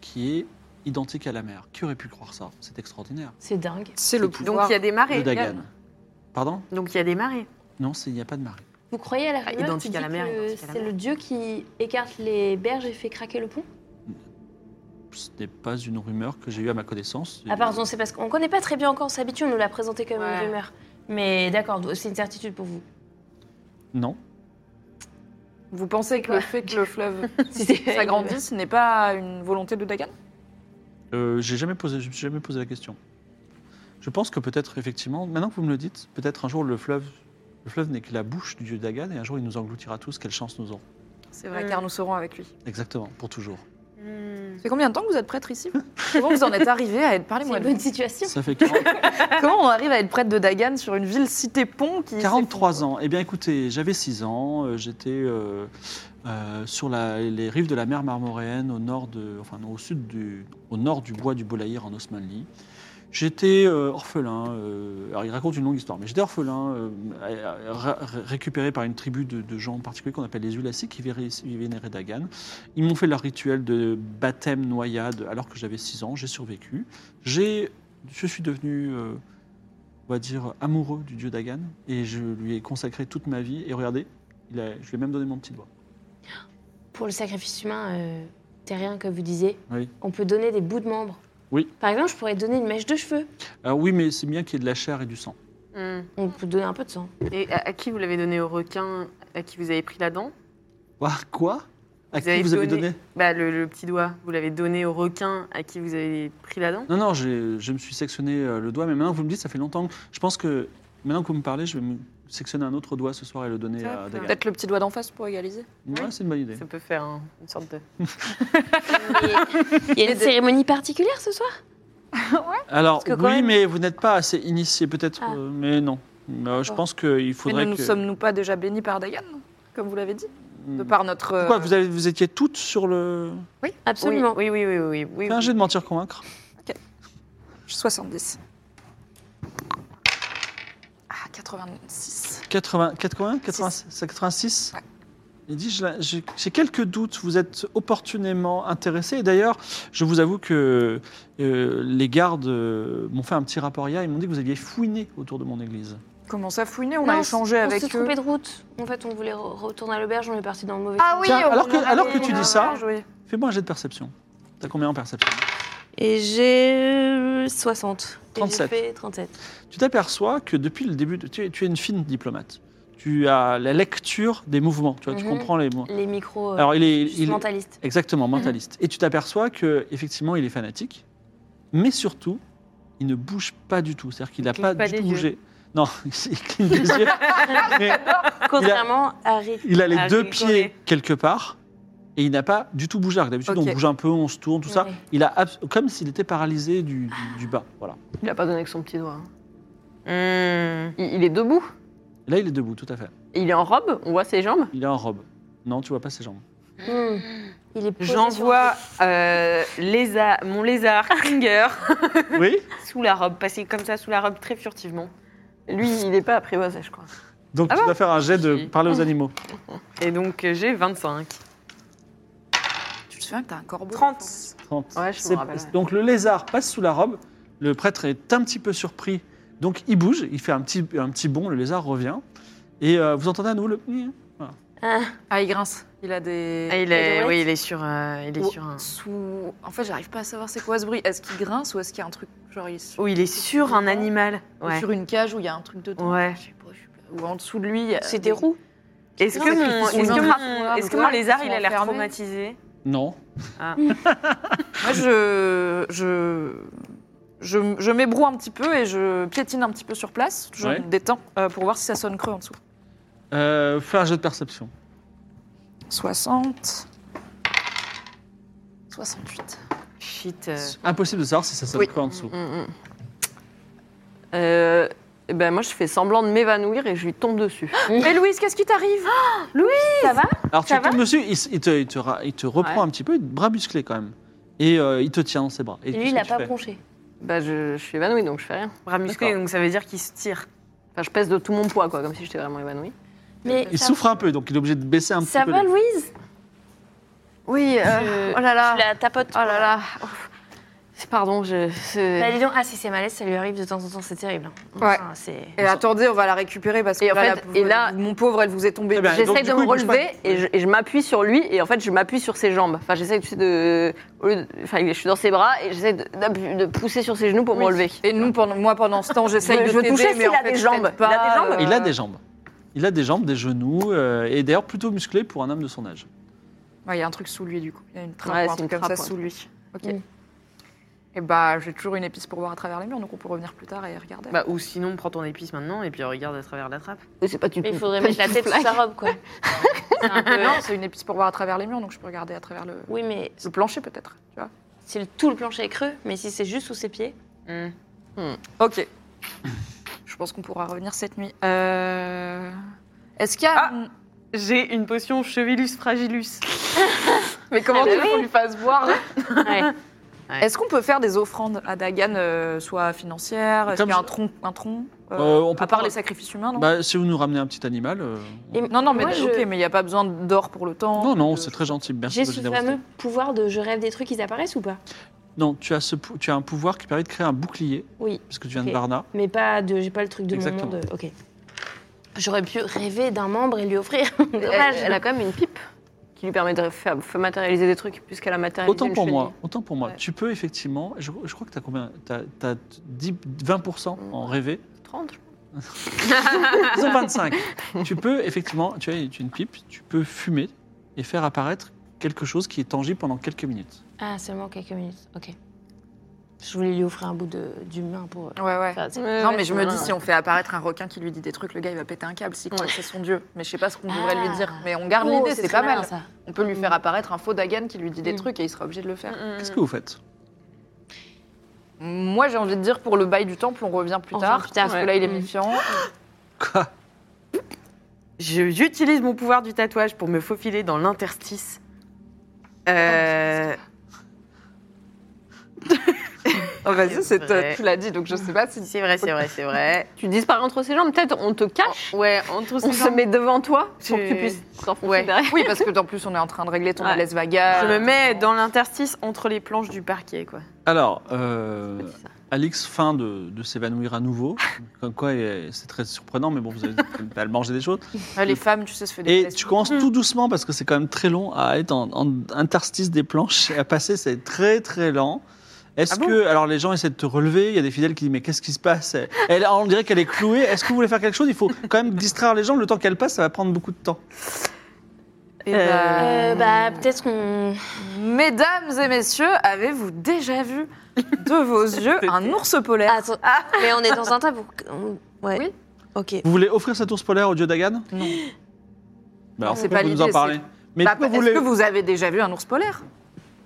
qui est identique à la mer. Qui aurait pu croire ça C'est extraordinaire.
C'est dingue.
C'est le
Donc
pouvoir.
il y a des
Le
marées.
Dagan. Pardon
Donc il y a des marées.
Non, c'est- il n'y a pas de marée.
Vous croyez à la rumeur
Ah, identique
qui
à la
dit
mer,
que
identique à la
C'est
mer.
le dieu qui écarte les berges et fait craquer le pont
Ce n'est pas une rumeur que j'ai eue à ma connaissance.
Ah pardon, c'est parce qu'on connaît pas très bien encore, on s'habitue, on nous l'a présenté comme
Ouais.
une rumeur. Mais d'accord, c'est une certitude pour vous.
Non.
Vous pensez que le fait que le fleuve
Si c'est-
s'agrandisse n'est pas une volonté de Dagan
Euh, j'ai jamais posé, je me suis jamais posé la question. Je pense que peut-être effectivement, maintenant que vous me le dites, peut-être un jour le fleuve, le fleuve n'est que la bouche du dieu Dagan et un jour il nous engloutira tous. Quelle chance nous aurons
C'est vrai,
Mm.
car nous serons avec lui.
Exactement, pour toujours.
Euh. Ça fait combien de temps que vous êtes prêtre ici vous Comment vous en êtes arrivé à être
C'est
parlez-moi
une
de
bonne situation.
Ça fait 40
Comment on arrive à être prêtre de Dagan sur une ville cité-pont qui
43 ans. Eh bien, écoutez, j'avais 6 ans. euh, J'étais euh, euh, sur la- les rives de la mer Marmoréenne, au nord de, enfin non, au sud du, au nord du bois du Bolaïr en Osmanli. J'étais euh, orphelin. euh, alors, il raconte une longue histoire, mais j'étais orphelin, euh, euh, ra- ra- récupéré par une tribu de, de gens en particulier qu'on appelle les Ulassis, qui véné- qui vénéraient Dagan. Ils m'ont fait leur rituel de baptême noyade alors que j'avais 6 ans. J'ai survécu. J'ai, je suis devenu euh, on va dire, amoureux du dieu Dagan. Et je lui ai consacré toute ma vie. Et regardez, il a- je lui ai même donné mon petit doigt.
Pour le sacrifice humain euh, terrien que vous disiez,
Oui.
on peut donner des bouts de membres.
Oui.
Par exemple, je pourrais donner une mèche de cheveux.
Alors oui, mais c'est bien qu'il y ait de la chair et du sang.
Mm.
On peut donner un peu de sang.
Et à, à qui vous l'avez donné au requin À qui vous avez pris la dent
Quoi Quoi À
Vous
qui
avez
vous avez donné,
donné- Bah le, le petit doigt. Vous l'avez donné au requin à qui vous avez pris la dent
Non, non, j'ai- je me suis sectionné euh, le doigt. Mais maintenant que vous me dites, ça fait longtemps. que- Je pense que maintenant que vous me parlez, je vais me sectionner un autre doigt ce soir et le donner
Top.
à Dagan.
Peut-être le petit doigt d'en face pour égaliser.
Ouais, c'est une bonne idée.
Ça peut faire un- une sorte de.
Il y a une cérémonie particulière ce soir
Alors
Parce que
oui,
quand même-
mais vous n'êtes pas assez initié peut-être.
Ah.
euh, mais non. Euh, je
Bon.
pense qu'il
Mais
faudrait
ne nous
que...
sommes-nous pas déjà bénis par Dagan Comme vous l'avez dit De
Hmm.
par notre. euh,
Pourquoi vous, avez- vous étiez toutes sur le...
Absolument.
Oui, oui, oui, oui, oui. oui,
Fais un jet de mentir convaincre.
euh, 70. Ah, 86.
80, 80, 86, 86 Il dit, je la- j'ai j'ai quelques doutes, vous êtes opportunément intéressé. Et d'ailleurs, je vous avoue que euh, les gardes euh, m'ont fait un petit rapport hier, ils m'ont dit que vous aviez fouiné autour de mon église.
Comment ça fouiner On
Non,
a échangé
on
avec
s'est
eux.
trompé de route. En fait, on voulait re- retourner à l'auberge, on est parti dans le mauvais
Ah
sens.
oui,
Tiens,
on
alors que-
en a
alors
parlé
que tu
dans
dis
la
ça-
marge, oui.
Fais-moi un jet de perception. T'as combien en perception
Et
euh,
j'ai 60. Et j'ai
37.
fait 37.
Tu t'aperçois que depuis le début, de- tu, es- tu es une fine diplomate. Tu as la lecture des mouvements, tu, vois, tu
Mhm.
comprends les mouvements.
Les micros euh,
Alors, il est, il-
mentalistes.
Exactement, mentaliste. Et tu t'aperçois que effectivement, il est fanatique, mais surtout, il ne bouge pas du tout. C'est-à-dire qu'il n'a
cligne
pas,
pas
du
des
tout
yeux.
bougé. Non, il cligne des yeux. mais
Contrairement à Rick.
il a les
Ah, je
deux
le
pieds
connais.
quelque part et il n'a pas du tout bougé. Alors que D'habitude,
Ok.
on bouge un peu, on se tourne, tout ça.
Ouais.
Il a abs- comme s'il était paralysé du, du- du bas. Voilà.
Il a pas donné que son petit doigt. hein.
Hum.
Il, il est debout.
Et là, il est debout, tout à fait.
Il est en robe. On voit ses jambes.
Il est en robe. Non, tu vois pas ses jambes.
Hmm. Il est posé sur un
J'envoie euh, lésa- mon lézard Ringer
Oui.
sous la robe, passer comme ça sous la robe très furtivement.
Lui, il n'est pas après je crois.
Donc
Ah
tu
bon
dois faire un jet de
Si.
parler aux animaux.
Et donc euh, j'ai 25.
Tu te souviens que t'as un corbeau
30.
30.
Ouais, je me
C'est-
rappelle, ouais.
Donc le lézard passe sous la robe, le prêtre est un petit peu surpris, donc il bouge, il fait un petit, un petit bond, le lézard revient, et euh, vous entendez à nouveau le...
Ah, il grince. Il a des.
Ah, il
Et
est,
Dorette
oui, il est sur, euh, il est
Ou-
sur un.
Sous... En fait, j'arrive pas à savoir c'est quoi ce bruit. Est-ce qu'il grince ou est-ce qu'il y a un truc genre il est sur...
Oh, il est sur un animal.
ou
Ouais.
sur une cage où il y a un truc dedans
Ouais.
Je sais pas, je sais pas. Ou en dessous de lui. il y a
C'est des roues.
Est-ce
Non,
que
mais
mon,
qu'ils
est-ce
sont
que
enfermés,
mon- est-ce que
ou
mon
quoi,
lézard
ils
il
sont
a l'air
enfermés.
traumatisé
Non.
Moi, je. Je. Je, je m'ébroue un petit peu et je piétine un petit peu sur place. Je
Ouais.
me détends euh, pour voir si ça sonne creux en dessous.
Euh, fais un jet de perception.
60. 68.
Shit. euh.
Impossible de savoir si ça sonne
Oui.
quoi en dessous.
Mm, mm. Euh, eh ben moi, je fais semblant de m'évanouir et je lui tombe dessus.
Hmm.
Mais Louise, qu'est-ce qui t'arrive
mm.
Alors tu
Ça va
tombes dessus, il, s- il te, il te ra- il te reprend un petit peu, bras musclé quand même, et euh, il te tient dans ses bras.
Et
tout
lui,
ce
il
que
n'a
tu
pas
fais.
bronché.
Bah, je, je suis évanouie, donc je fais rien.
Bras musclé,
D'accord.
donc ça veut dire qu'il se tire.
Enfin, je pèse de tout mon poids, quoi, comme si j'étais vraiment évanouie.
Mais
Il
ça,
souffre un peu, donc il est obligé de baisser un petit
ça
peu.
va,
les-
Louise
Oui.
euh,
oh
là là.
Tu la tapotes.
Oh là là.
C'est- Pardon, je. c'est-
Bah, dis donc, ah, si c'est malaise, ça lui arrive de temps en temps, c'est terrible. hein.
Ouais.
Enfin, c'est-
Et attendez, on va la récupérer parce que
Et en
là,
fait,
la pauvre-
et là-
mon pauvre, elle vous est tombée.
Eh ben,
dessus.
donc,
J'essaye
du
de
coup,
me
il bouge pas.
relever et je, et je m'appuie sur lui et en fait je m'appuie sur ses jambes. Enfin j'essaye tu sais, de, au lieu de- enfin je suis dans ses bras et j'essaye de, d'appu- de pousser sur ses genoux pour me
Oui.
relever.
Et nous, pendant, moi, pendant ce temps, j'essaye
Je
de
veux
t'aider,
toucher
mais
s'il
en
a
fait,
des
je
jambes.
t'aide
Il a des
pas,
jambes
euh,
Il a des jambes. Il a des jambes, des genoux, euh, et d'ailleurs plutôt musclé pour un homme de son âge.
Ouais, il y a un truc sous lui, du coup. Il y a une trappe
Ouais,
ou un
c'est une
truc comme
trappe,
ça
ouais.
sous lui. Ok.
Mm.
Et bah, j'ai toujours une épice pour voir à travers les murs, donc on peut revenir plus tard et regarder.
Bah, ou sinon, prends ton épice maintenant et puis regarde à travers la trappe.
Mais C'est pas du
Mais il
tout-
faudrait
pas
mettre la
du
tête
tout
sous
fly.
sa robe, quoi.
C'est un peu- Ah non, c'est une épice pour voir à travers les murs, donc je peux regarder à travers le,
Oui, mais
le plancher, peut-être. Tu vois
si le- tout le plancher est creux, mais si c'est juste sous ses pieds.
Hmm.
Ok. je pense qu'on pourra revenir cette nuit. Euh... Est-ce qu'il y a.
J'ai une potion chevilus fragilus.
Mais comment
Ah bah
tu veux qu'on lui fasse voir
Ouais.
Est-ce qu'on peut faire des offrandes à Dagan, euh, soit financières Est-ce
Comme
qu'il y
je-
a un tronc, un tronc euh,
Euh, on peut
À part
pas-
les sacrifices humains, non
Bah, si vous nous ramenez un petit animal... euh,
Et
Non, non, mais
moi, je-
ok, mais il n'y a pas besoin d'or pour le temps. Euh,
Non, non,
de-
c'est très gentil, merci
J'ai
de la
ce
générosité.
fameux pouvoir de je rêve des trucs, ils apparaissent ou pas
Non, tu as, ce, pou- tu as un pouvoir qui permet de créer un bouclier,
Oui,
parce que tu viens
Ok.
de Varna.
mais pas de. J'ai pas le truc de mon
Exactement.
monde. Ok. J'aurais pu rêver d'un membre et lui offrir.
Elle,
Dommage.
elle a quand même une pipe qui lui permet de faire, faire matérialiser des trucs puisqu'elle a matérialisé
Autant
une
pour moi,
chenille.
autant pour moi. Tu peux effectivement, je, je crois que tu as combien Tu as, 20%
Mm.
en rêvé.
30, je pense.
Disons 25. tu peux effectivement, tu as tu as une pipe, tu peux fumer et faire apparaître quelque chose qui est tangible pendant quelques minutes.
Ah, seulement quelques minutes. Ok. Je voulais lui offrir un bout de- d'humain pour. euh,
Ouais, ouais.
faire-
non, mais je me dis, si on fait apparaître un requin qui lui dit des trucs, le gars, il va péter un câble s'il croit que c'est son dieu. Mais je sais pas ce qu'on devrait
Ah.
lui dire. Mais on garde
Oh,
l'idée, c'est
très
pas mal.
malin, ça.
On peut lui faire apparaître un faux Dagan qui lui dit des
Mm.
trucs et il sera obligé de le faire.
Qu'est-ce que vous faites
Moi, j'ai envie de dire, pour le bail du temple, on revient plus
On
tard.
revient plus tard,
Parce que
ouais.
là, il est
Mm.
méfiant.
Quoi
Je- J'utilise mon pouvoir du tatouage pour me faufiler dans l'interstice. Euh,
Oh, vas-y,
C'est
c'est-
vrai.
tu l'as dit, donc je sais pas si.
C'est vrai, c'est vrai, c'est vrai.
Tu disparais entre ses jambes, peut-être on te cache,
Ouais, entre
on
ces
se
gens.
met devant toi pour que tu
Je-
puisses t'enfoncer
Ouais.
derrière.
Oui, parce que en plus, on est en train de régler ton
Ouais.
malaise vagal.
Je me mets dans l'interstice entre les planches du parquet, quoi.
Alors, euh,
C'est ça.
Alix fin de, de s'évanouir à nouveau. Comme quoi, euh, c'est très surprenant, mais bon, vous avez elle mangeait des choses.
Ah, les femmes, tu sais, se fait des
Et
tests.
tu commences tout doucement parce que c'est quand même très long à être en, en interstice des planches et à passer, c'est très très lent. Est-ce
Ah bon
que alors les gens essaient de te relever Il y a des fidèles qui disent mais qu'est-ce qui se passe elle, On dirait qu'elle est clouée. Est-ce que vous voulez faire quelque chose Il faut quand même distraire les gens. Le temps qu'elle passe, ça va prendre beaucoup de temps.
Et
Euh,
Euh, bah, peut-être qu'on.
Mesdames et messieurs, avez-vous déjà vu de vos yeux un ours
Ah.
polaire
Attends, mais on est dans un tabou. On- Ouais.
Oui.
Ok.
Vous voulez offrir cette ours polaire au dieu Dagan
Non.
Bah, alors,
c'est
pourquoi
pas
vous nous en
l'idée,
parlez. Mais
Bah,
pourquoi
Est-ce
vous voulez
que vous avez déjà vu un ours polaire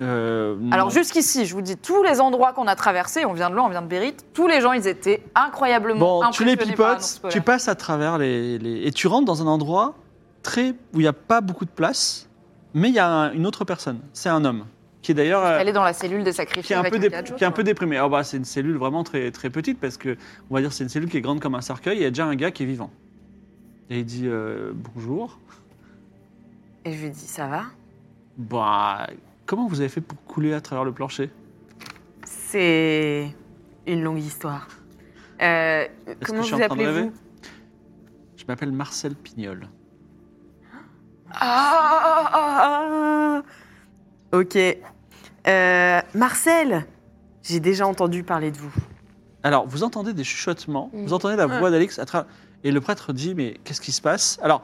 Euh,
Alors
non.
jusqu'ici, je vous dis, tous les endroits qu'on a traversés, on vient de loin, on vient de Bérite, tous les gens, ils étaient incroyablement
Bon, tu les
impressionnés par un ours
pipotes,
polaire.
tu passes à travers les, les- Et tu rentres dans un endroit très... où il n'y a pas beaucoup de place, mais il y a un- une autre personne. C'est un homme, qui est d'ailleurs... euh,
Elle est dans la cellule des sacrifiés
qui est un,
avec
peu,
le
dép-
gadget,
qui est un peu
quoi.
déprimé. Ah bah, c'est une cellule vraiment très, très petite, parce que, on va dire, c'est une cellule qui est grande comme un cercueil, et il y a déjà un gars qui est vivant. Et il dit euh, Bonjour.
Et je lui dis, ça va
Bah, comment vous avez fait pour couler à travers le plancher
C'est une longue histoire. Euh, comment
je suis
vous
en train de
appelez-vous
Je m'appelle Marcel Pignol.
ah, ah, ah, ah. Ok. Euh, Marcel, j'ai déjà entendu parler de vous.
Alors, vous entendez des chuchotements,
Mm.
vous entendez la
Ah.
voix d'Alix à travers- Et le prêtre dit Mais qu'est-ce qui se passe Alors,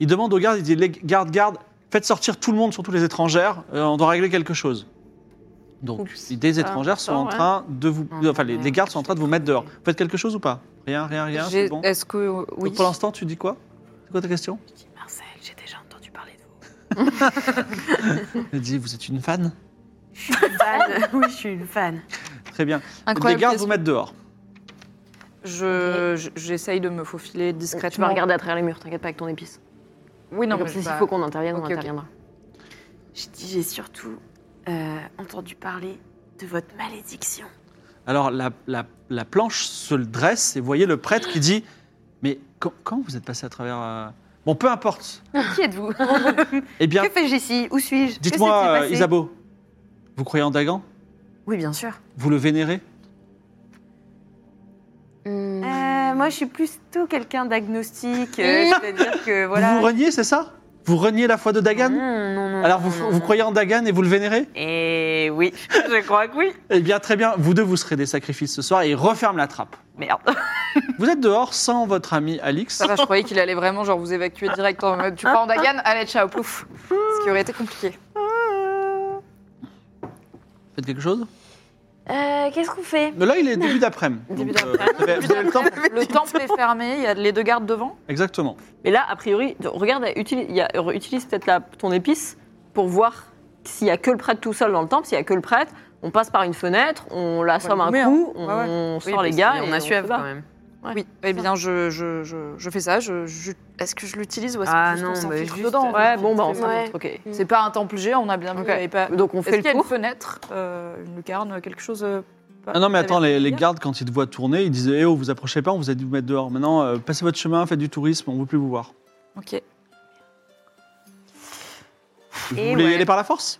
il demande aux gardes Il dit les Garde, garde, faites sortir tout le monde, surtout les étrangères, euh, on doit régler quelque chose. Donc,
Oups.
Ah,
des étrangères sont en
ouais.
train de vous.
Ah,
Enfin, les, les gardes sont en train de vous mettre dehors. Vous faites quelque chose ou pas Rien, rien, rien,
J'ai-
c'est bon.
Est-ce que euh, oui
Donc, pour l'instant, tu dis quoi C'est quoi ta question
Je dis, Marcel, j'ai déjà entendu parler de vous.
Il dit Vous êtes une fan
Fan Oui, je suis une fan.
Très bien.
Incroyable
les gardes vous
question.
mettent dehors.
Je- je- J'essaye de me faufiler discrètement.
Tu vas regarder à travers les murs, t'inquiète pas avec ton épice.
Oui, non,
Comme
mais
ça,
je-
s'il
bah,
faut qu'on intervienne,
Ok,
on
ok.
interviendra.
Je dis, j'ai surtout euh, entendu parler de votre malédiction.
Alors la, la- la planche se le dresse et vous voyez le prêtre qui dit Mais co- comment vous êtes passé à travers euh, Bon, peu importe.
Qui êtes-vous
Eh bien,
Que fais-je ici Où suis-je Que
dites-moi,
s'est-il
euh,
passé
Isabeau, vous croyez en Dagan
Oui, bien sûr.
Vous le vénérez
Hmm.
Euh, moi, je suis plutôt quelqu'un d'agnostique. euh, C'est-à-dire que
Vous
voilà.
vous reniez, c'est ça Vous reniez la foi de Dagan
Non, non, non,
Alors
non,
vous,
non,
vous
non.
croyez en Dagan et vous le vénérez
Eh oui, je crois que oui.
Eh bien, très bien, vous deux, vous serez des sacrifices ce soir et il referme la trappe.
Merde.
Vous êtes dehors sans votre ami Alix.
Ça va, je croyais qu'il allait vraiment genre vous évacuer direct en mode tu pars en Dagan, allez ciao pouf. Ce qui aurait été compliqué.
Faites quelque chose
Euh, Qu'est-ce qu'on fait
Mais Là, il est début d'après-midi.
Début
donc, euh, vous avez- vous avez le temps pour-
Le temple est fermé, il y a les deux gardes devant.
Exactement.
Mais là, a priori, regarde, utilise, il y a- utilise peut-être la- ton épice pour voir s'il y a que le prêtre tout seul dans le temple, s'il y a que le prêtre, on passe par une fenêtre, on l'assomme un
le goumer,
coup,
hein.
on,
Ouais, ouais.
sort les gars et
Eh on a
se
suave
bat.
quand même.
Oui, eh bien je, je, je, je fais ça. Je, je- est-ce que je l'utilise ou est-ce
Ah
que juste
non,
on
mais
s'infiltre
juste-
dedans
Ouais, bon, bah on
C'est-
Ouais.
s'en ok.
C'est pas un temple géant, on a bien vu.
Ok.
il y avait pas-
Donc on
Est-ce
fait
qu'il y a
le
une
tour.
fenêtre, euh, une lucarne, quelque chose euh, pas-
Ah non, mais attends,
vous avez
les,
vu
les
hier
gardes, quand ils te voient tourner, ils disent Eh oh, vous approchez pas, on vous a dû vous mettre dehors. Maintenant, euh, passez votre chemin, faites du tourisme, on ne veut plus vous voir.
Ok.
Vous voulez
Et
y
ouais.
aller par la force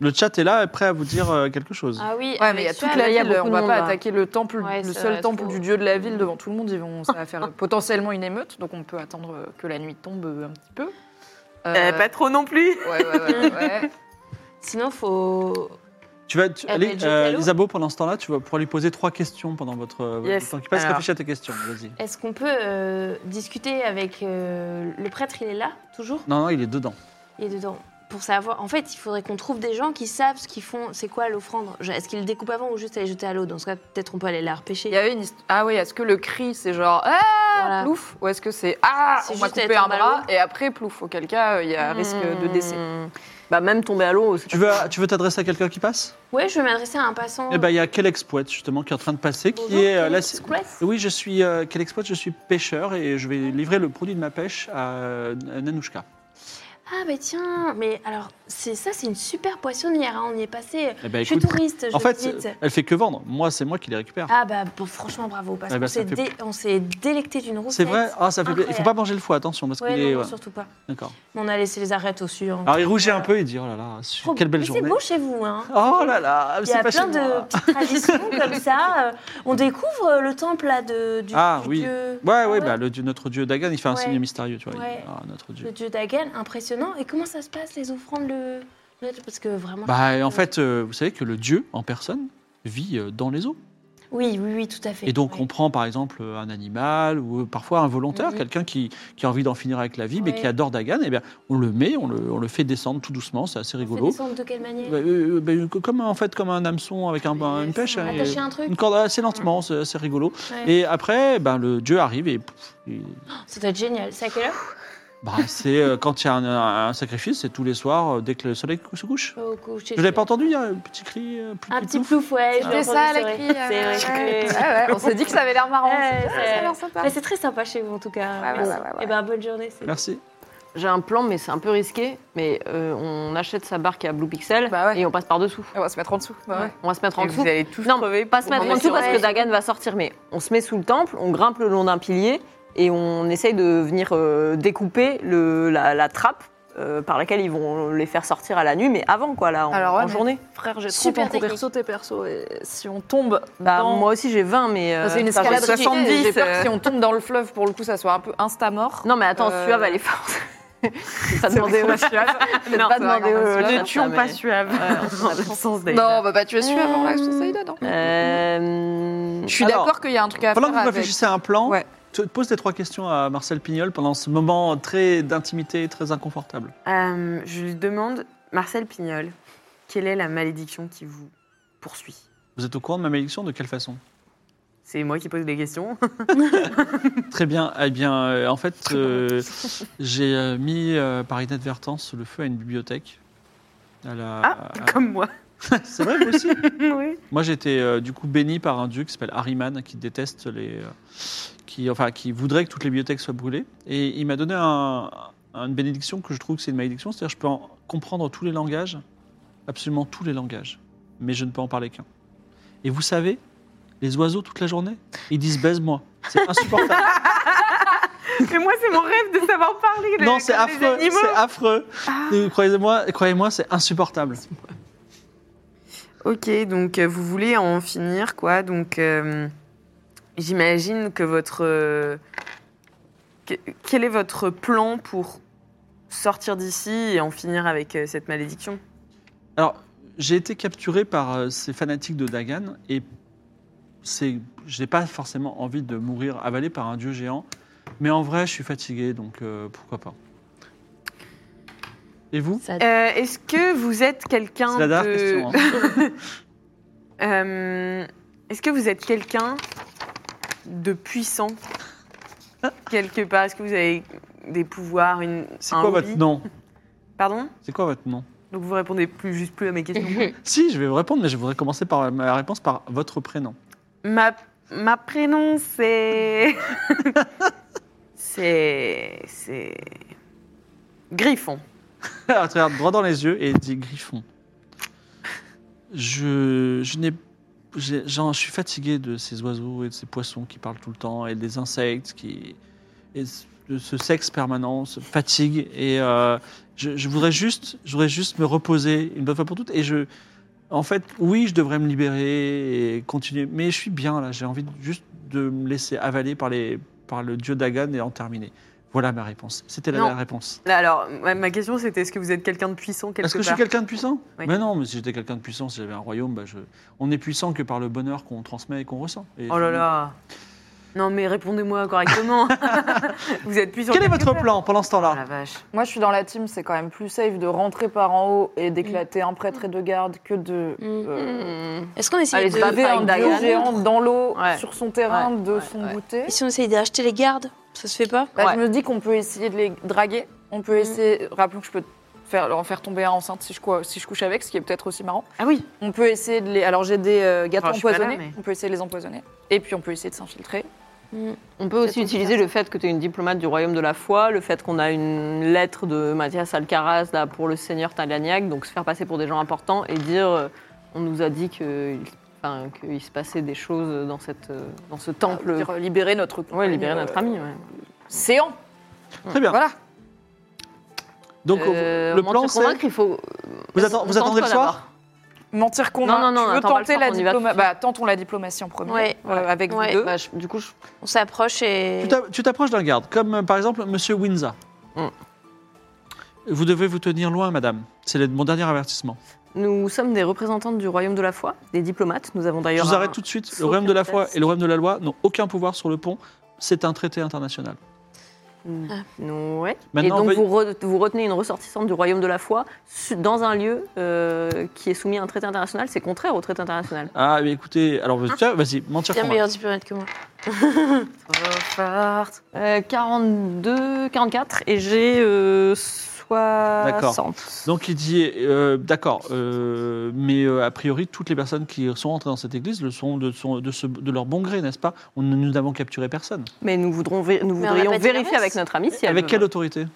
Le chat est là, prêt à vous dire euh, quelque chose.
Ah oui,
Ouais, mais il y a
avec
toute
ça,
la
il y a
ville, on
beaucoup de
va
monde,
pas
là.
attaquer le temple,
Ouais,
le
c'est
seul
vrai,
temple
trop.
du dieu de la ville devant tout le monde. Ils vont, ça va faire euh, potentiellement une émeute, donc on peut attendre euh, que la nuit tombe euh, un petit peu. Euh,
Euh, pas trop non plus.
Ouais, ouais, ouais, ouais.
Sinon, faut.
Tu vas, tu,
Eh
allez,
ben, je
euh,
vais l'eau.
Isabeau, pendant ce temps-là, tu vas pouvoir lui poser trois questions pendant votre euh,
Yes.
le temps qui passe.
Alors.
Réfléchis à tes questions, vas-y.
Est-ce qu'on peut euh, discuter avec euh, le prêtre Il est là toujours
Non, non, il est dedans.
Il est dedans. Pour savoir, en fait, il faudrait qu'on trouve des gens qui savent ce qu'ils font. C'est quoi l'offrande Je- Est-ce qu'ils le découpent avant ou juste aller jeter à l'eau Dans ce cas, peut-être on peut aller la repêcher.
Il y avait une hist- Ah oui, est-ce que le cri c'est genre ah
Voilà.
plouf ou est-ce que c'est ah
C'est
on m'a
juste
coupé
être
un
en
bras
ballon. Mmh.
et après plouf auquel cas euh, il y a risque de décès.
Hmm. Bah même tomber à l'eau, c'est
Tu veux, tu veux t'adresser à quelqu'un qui passe
Ouais, je vais m'adresser à un passant.
Eh ben, il y a Kelex Poète, justement, qui est en train de passer, qui
Bonjour,
est. euh,
Kelex
la sé-
Poète.
Oui, je suis euh, Kelex Poète, je suis pêcheur et je vais livrer le produit de ma pêche à euh, Nanouchka.
Ah, bah tiens, mais alors, c'est ça, c'est une super poissonnière. hein, On y est passé.
Eh ben,
je suis
écoute,
touriste, je
en fait, euh,
visite.
elle fait que vendre. Moi, c'est moi qui les récupère.
Ah, bah bon, franchement, bravo. Parce
Ah bah,
qu'on
ça
s'est
fait-
dé- on s'est délecté d'une route.
c'est vrai Ah, ça fait plaisir. Il faut
incroyable.
pas manger le foie, attention, parce
Ouais,
qu'il
non,
est.
non,
ouais,
surtout pas.
D'accord.
Mais On a laissé les arêtes au sur.
Alors, il rougit un peu et dit Oh là là,
Trop
quelle belle
mais
journée.
C'est beau chez vous, hein
Oh là là,
Il y
c'est
a
pas
plein
chez moi.
de petites traditions comme ça. Euh, On découvre euh, le temple là, de, du,
Ah,
du
oui.
dieu,
Ouais, ouais,
ouais.
bah, le dieu- notre dieu Dagan, il fait un
Ouais.
signe mystérieux, tu vois. il-
Ouais.
Ah, notre dieu.
le dieu Dagan. Impressionnant. Et comment ça se passe, les offrandes le... le- Parce que vraiment.
Bah, en fait, euh, vous savez que le dieu en personne vit euh, dans les eaux.
Oui, oui, oui, tout à fait.
Et donc,
Ouais.
on prend par exemple euh, un animal ou euh, parfois un volontaire,
Mhm.
quelqu'un qui, qui a envie d'en finir avec la vie, mais
Ouais.
qui adore Dagan, et bien, on le met, on le, on le fait descendre tout doucement, c'est assez
On fait
rigolo.
descendre de quelle manière
Bah, euh, bah, euh, comme en fait comme un hameçon avec un, un- une pêche, hein, et-
Attacher un truc
une corde assez lentement, c'est assez rigolo.
Ouais.
euh, Et après, ben, le dieu arrive et, pouf, et-
Ça doit être génial. C'est à quelle heure
bah, c'est euh, quand il y a un, un- un sacrifice, c'est tous les soirs euh, dès que le soleil cou- se couche.
Au coucher.
Je l'ai pas entendu, il y a un petit cri. euh, plouf,
Un
plouf,
petit
plouf.
plouf, ouais.
Ah.
je l'ai
C'est ça,
entendu,
la
c'est
cri,
vrai. C'est vrai que-
Ah ouais, on s'est dit que ça avait l'air marrant.
Ouais,
Ça
ouais.
a l'air sympa.
Mais c'est très sympa chez vous en tout cas.
Ouais, ouais,
Merci.
ouais, ouais.
Eh ben bonne journée. c'est-
Merci.
J'ai un plan, mais c'est un peu risqué. Mais euh, on achète sa barque à Blue Pixel
Bah ouais.
et on passe par-dessous.
On va se mettre en dessous. Bah ouais.
On va se mettre en
Et
dessous.
vous allez tous
Non,
crever.
Pas se
pour
mettre en
manger
dessous
sur
parce
la
que
haie.
Dagan va sortir, mais on se met sous le temple, on grimpe le long d'un pilier et on essaye de venir euh, découper le, la, la trappe euh, par laquelle ils vont les faire sortir à la nuit, mais avant quoi, là, en,
Alors ouais,
en
mais-
journée.
Frère, j'ai trop
Super
envie de courir
technique.
sauter perso. Et si on tombe,
Bah,
dans-
moi aussi j'ai 20, mais. euh,
c'est une
enfin, j'ai
escalade risquée,
70.
J'ai peur
euh,
que si on tombe dans le fleuve, pour le coup, ça soit un peu insta mort.
Non, mais attends,
Euh,
Suave, elle est forte. pas demandé
demandé
aux- Non,
pas
c'est vrai
demandé
qu'on va
aux
se faire
Ne
ça,
tuons
mais-
Euh, pas Suave. On a l'absence d'ailleurs.
Non, on va pas tuer Suave, on reste
Euh,
sur Saïda, non
Euh,
Je suis
Alors,
d'accord qu'il y a un truc à faire.
Pendant que vous
avec-
réfléchissez à un plan,
Ouais.
te- pose tes trois questions à Marcel Pignol pendant ce moment très d'intimité et très inconfortable.
Euh, je lui demande, Marcel Pignol, quelle est la malédiction qui vous poursuit
Vous êtes au courant de ma malédiction De quelle façon
C'est moi qui pose des questions.
Très bien. Eh bien, euh, en fait, euh, j'ai euh, mis euh, par inadvertance le feu à une bibliothèque. À la-
Ah,
à-
comme moi.
C'est vrai, vous aussi
oui.
Moi, j'étais euh, du coup béni par un dieu qui s'appelle Harriman, qui déteste les. euh, qui, enfin, qui voudrait que toutes les bibliothèques soient brûlées. Et il m'a donné un- une bénédiction que je trouve que c'est une malédiction, c'est-à-dire que je peux en comprendre tous les langages, absolument tous les langages, mais je ne peux en parler qu'un. Et vous savez, les oiseaux toute la journée, ils disent baise-moi. C'est insupportable.
Mais moi, c'est mon rêve de savoir parler. les-
non, c'est
comme les
affreux,
animaux. Ah.
c'est affreux. Et Croyez-moi, croyez-moi, c'est insupportable.
Ok, donc euh, vous voulez en finir, quoi. Donc, euh, j'imagine que votre. euh, que- quel est votre plan pour sortir d'ici et en finir avec euh, cette malédiction
Alors, j'ai été capturé par euh, ces fanatiques de Dagan et c'est, je n'ai pas forcément envie de mourir avalé par un dieu géant, mais en vrai, je suis fatigué, donc euh, pourquoi pas. Et vous
Euh, Est-ce que vous êtes quelqu'un
C'est la dernière
de.
question. hein.
Euh, Est-ce que vous êtes quelqu'un de puissant quelque part Est-ce que vous avez des pouvoirs une,
C'est
un
quoi
hobby
votre nom
Pardon
C'est quoi votre nom
Donc vous répondez plus juste plus à mes questions.
Si, je vais vous répondre, mais je voudrais commencer par ma réponse par votre prénom.
ma, ma prénom c'est c'est c'est Griffon.
Elle te regarde droit dans les yeux et dit Griffon. Je, je n'ai, j'ai- j'en- je suis fatigué de ces oiseaux et de ces poissons qui parlent tout le temps et des insectes qui et ce- de ce sexe permanent, ce fatigue et euh, je, je voudrais juste, je voudrais juste me reposer une bonne fois pour toutes et je, en fait, oui, je devrais me libérer et continuer, mais je suis bien là. J'ai envie de- juste de me laisser avaler par les par le dieu Dagan et en terminer. Voilà ma réponse. C'était la
Non.
la réponse.
Là, Alors ma, ma question c'était est-ce que vous êtes quelqu'un de puissant quelque
Est-ce que
part
je suis quelqu'un de puissant
Oui.
Mais non, mais si j'étais quelqu'un de puissant, si j'avais un royaume, bah, je- on est puissant que par le bonheur qu'on transmet et qu'on ressent. Et
Oh là là. Non mais répondez-moi correctement. vous êtes puissant.
Quel est
quelque
votre
part.
plan pendant ce
Oh
temps-là
la vache.
Moi, je suis dans la team, c'est quand même plus safe de rentrer par en haut et d'éclater un prêtre et deux gardes que de.
Mm.
euh,
Est-ce qu'on essaye
Allez,
de.
c'est pas
lever un
Fight
dieu
Diane.
géant dans l'eau,
Ouais.
sur son terrain,
Ouais,
de
ouais,
son
ouais.
goûter.
Et si on essaye d'acheter les gardes Ça se fait pas
Bah,
Ouais. Mm.
Je me dis qu'on peut essayer de les draguer. On peut essayer. Rappelons que je peux faire, en faire tomber un enceinte si je, cou- si je couche avec, ce qui est peut-être aussi marrant.
Ah oui.
On peut essayer de les. Alors j'ai des euh, gâteaux
Enfin, je suis pas là,
empoisonnés.
mais-
On peut essayer de les empoisonner. Et puis on peut essayer de s'infiltrer.
Mm.
On peut aussi
Peut-être
utiliser le fait que tu es une diplomate du royaume de la foi, le fait qu'on a une lettre de Mathias Alcaraz là, pour le seigneur Talagnac, donc se faire passer pour des gens importants et dire euh, on nous a dit que- enfin, qu'il se passait des choses dans, cette, euh, dans ce
Ah,
temple.
Dire, euh, libérer notre euh,
Ouais, libérer notre ami. ouais.
séant.
Très bien.
Voilà.
Donc
Euh,
le
mentir,
plan c'est
convaincre, il faut.
vous, atten-
on
vous
tente
attendez le
pas
soir
Mentir convaincu.
Non, non, non,
tu veux
attends pas le
tenter
soir, on
la
y va tout de
diplomatie.
suite.
Bah, tentons la diplomatie en premier.
Ouais.
euh, avec
Ouais.
vous deux.
Bah, je- du coup, je-
On s'approche et.
Tu t'a- Tu t'approches d'un garde, comme euh, par exemple Monsieur Winza.
Mm.
Vous devez vous tenir loin, madame. C'est le- mon dernier avertissement.
nous sommes des représentantes du royaume de la foi, des diplomates. Nous avons
Je
d'ailleurs.
vous
un-
arrête tout de suite. Le
saut
royaume de la foi
fantastique.
et le royaume de la loi n'ont aucun pouvoir sur le pont. C'est un traité international.
Mm.
Ah.
Non, ouais.
Maintenant,
et donc
veuille-
vous, re- vous retenez une ressortissante du royaume de la foi su- dans un lieu euh, qui est soumis à un traité international, c'est contraire au traité international.
Ah, mais écoutez, alors
Hein
tiens, vas-y, mentir
Bien
convaincre.
meilleur diplomate que moi.
Trop forte.
Euh, 42, 44 et j'ai euh, 60.
Donc il dit, euh, d'accord, euh, mais euh, a priori, toutes les personnes qui sont entrées dans cette église le sont de, sont- de ce- de leur bon gré, n'est-ce pas On- Nous n'avons capturé personne.
Mais nous, voudrons vé- nous
Mais on
voudrions
n'a pas dit la
vérifier
messe.
avec notre ami si elle
Avec
veut-
quelle autorité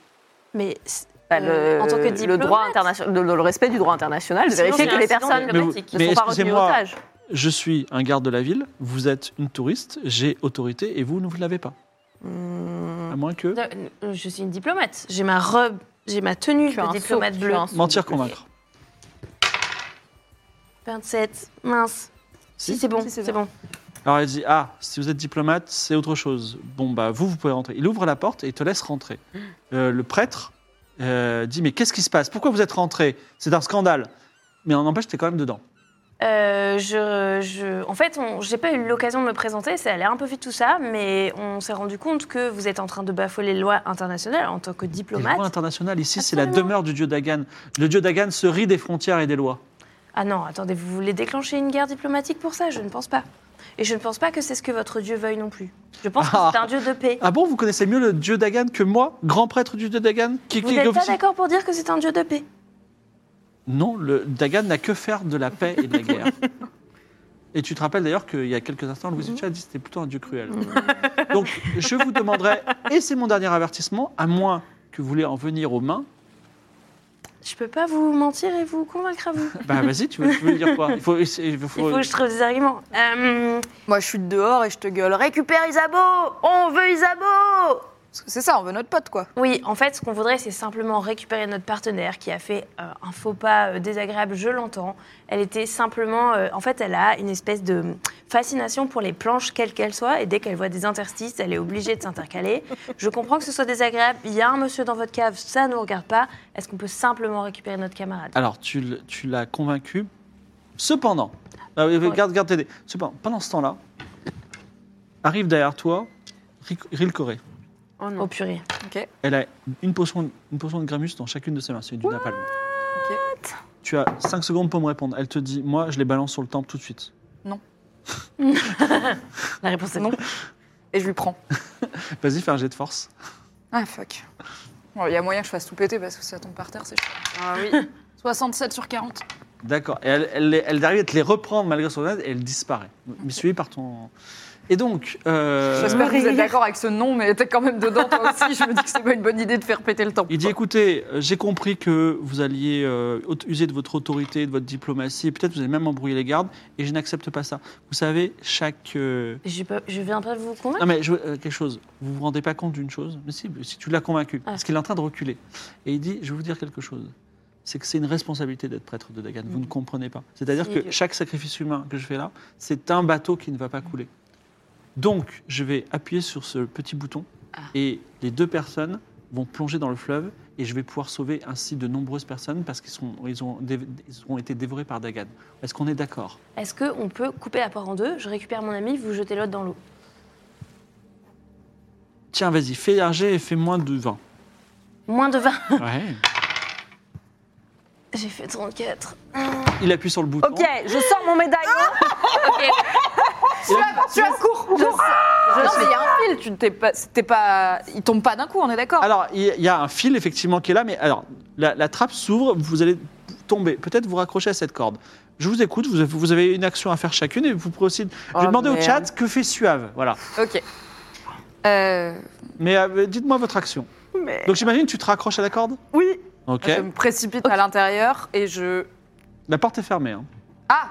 Mais c'est-
Bah,
Euh,
le,
en tant que
le
diplomate.
droit international, le, le respect du droit international, de
Sinon,
vérifier
c'est
que
un
les
incident
personnes
Mais vous-
diplomatique.
ne
mais
sont pas retenues
excusez-moi,
otages.
Je suis un garde de la ville, vous êtes une touriste, j'ai autorité et vous ne vous l'avez pas. À moins que.
Euh, Je suis une diplomate. J'ai ma robe, j'ai ma tenue
Tu as
de
un
diplomate
sceau, tu
bleu.
as un sceau.
Mentir, convaincre.
27. Mince. Si, c'est bon,
Si, c'est
c'est bon.
Alors elle dit Ah, si vous êtes diplomate, c'est autre chose. Bon, bah vous, vous pouvez rentrer. Il ouvre la porte et il te laisse rentrer. Euh, le prêtre euh, dit Mais qu'est-ce qui se passe Pourquoi vous êtes rentré C'est un scandale. Mais on empêche, t'es quand même dedans.
Euh, je, je- En fait, on- j'ai pas eu l'occasion de me présenter, ça allait un peu vite tout ça, mais on s'est rendu compte que vous êtes en train de bafouer les lois internationales en tant que
Les lois
diplomate.
internationales, ici, c'est la
Absolument.
demeure du dieu Dagan. Le dieu Dagan se rit des frontières et des lois.
Ah non, attendez, vous voulez déclencher une guerre diplomatique pour ça Je ne pense pas. Et je ne pense pas que c'est ce que votre dieu veuille non plus. Je pense
Ah.
que c'est un dieu de paix.
Ah bon, vous connaissez mieux le dieu Dagan que moi, grand prêtre du dieu Dagan qui,
Vous
qui-
n'êtes pas
officie-
d'accord pour dire que c'est un dieu de paix
Non, le Dagan n'a que faire de la paix et de la guerre. Et tu te rappelles d'ailleurs qu'il y a quelques instants, Louis Ucha a dit que c'était plutôt un dieu cruel.
Mm.
Donc, je vous demanderai, et c'est mon dernier avertissement, à moins que vous voulez en venir aux mains,
Je peux pas vous mentir et vous convaincre à vous.
bah vas-y, tu veux, tu veux dire quoi Il faut, il faut-
Il faut que je trouve des arguments. Euh,
Moi, je suis dehors et je te gueule. Récupère Isabeau On veut Isabeau Parce que c'est ça, on veut notre pote, quoi.
Oui, en fait, ce qu'on voudrait, c'est simplement récupérer notre partenaire qui a fait euh, un faux pas euh, désagréable, je l'entends. Elle était simplement. euh, en fait, elle a une espèce de fascination pour les planches, quelles qu'elles soient, et dès qu'elle voit des interstices, elle est obligée de s'intercaler. Je comprends que ce soit désagréable. Il y a un monsieur dans votre cave, ça ne nous regarde pas. Est-ce qu'on peut simplement récupérer notre camarade
Alors, tu, l- tu l'as convaincu. Cependant, Ah oui, oui,
Ouais.
garde, garde tes dés. Cependant, pendant ce temps-là, arrive derrière toi Ric- Ril Coré.
Oh non.
Oh purée.
Elle a une potion, une potion de Gramus dans chacune de ses mains. C'est du napalm. Tu as 5 secondes pour me répondre. Elle te dit Moi, je les balance sur le temple tout de suite.
La réponse est
Non. Et je lui prends.
Vas-y, fais un jet de force.
Ah, fuck. Bon, Il y a moyen que je fasse tout péter parce que si ça tombe par terre, c'est chiant.
Ah oui.
67 sur 40.
D'accord. Et elle, elle, les- elle arrive à te les reprendre malgré son aide et elle disparaît. Mais suivi par ton. Et donc. euh,
J'espère que vous êtes d'accord avec ce nom, mais t'es quand même dedans, toi aussi. je me dis que c'est pas une bonne idée de faire péter le temps.
Il dit écoutez, euh, j'ai compris que vous alliez euh, aut- user de votre autorité, de votre diplomatie, et peut-être vous allez même embrouiller les gardes, et je n'accepte pas ça. Vous savez, chaque. euh,
Je, peux- je viens pas vous convaincre.
Non, mais je- euh, quelque chose, vous vous rendez pas compte d'une chose Mais si, si tu l'as convaincu,
Ah.
parce qu'il est en train de reculer. Et il dit je vais vous dire quelque chose. C'est que c'est une responsabilité d'être prêtre de Dagan, vous ne comprenez pas. C'est-à-dire
Si,
que
je-
chaque sacrifice humain que je fais là, c'est un bateau qui ne va pas couler. Donc, je vais appuyer sur ce petit bouton et les deux personnes vont plonger dans le fleuve et je vais pouvoir sauver ainsi de nombreuses personnes parce qu'ils sont, ils ont, dé- ils ont été dévorés par Dagan. Est-ce qu'on est d'accord
Est-ce qu'on peut couper la part en deux Je récupère mon ami, vous jetez l'autre dans l'eau.
Tiens, vas-y, fais un jet et fais moins de 20.
Moins de 20.
Ouais.
J'ai fait 34.
Il appuie sur le bouton.
Ok, je sors mon
Ah
médaillon.
Tu as cours
Ah
Non, mais il y a un fil, tu t'es pas, t'es pas. Il tombe pas d'un coup, on est d'accord
Alors, il y il y a un fil effectivement qui est là, mais alors, la, la trappe s'ouvre, vous allez tomber. Peut-être vous raccrocher à cette corde. Je vous écoute, vous avez, vous avez une action à faire chacune et vous pourrez aussi. Je vais
Oh,
demander au
merde.
Ah. chat que fait Suave. Voilà.
Ok. Euh,
Mais euh, dites-moi votre action.
Mais...
Donc j'imagine tu te raccroches à la corde
oui. Ah,
Ok.
Je me précipite à l'intérieur et je.
La porte est fermée. hein.
Ah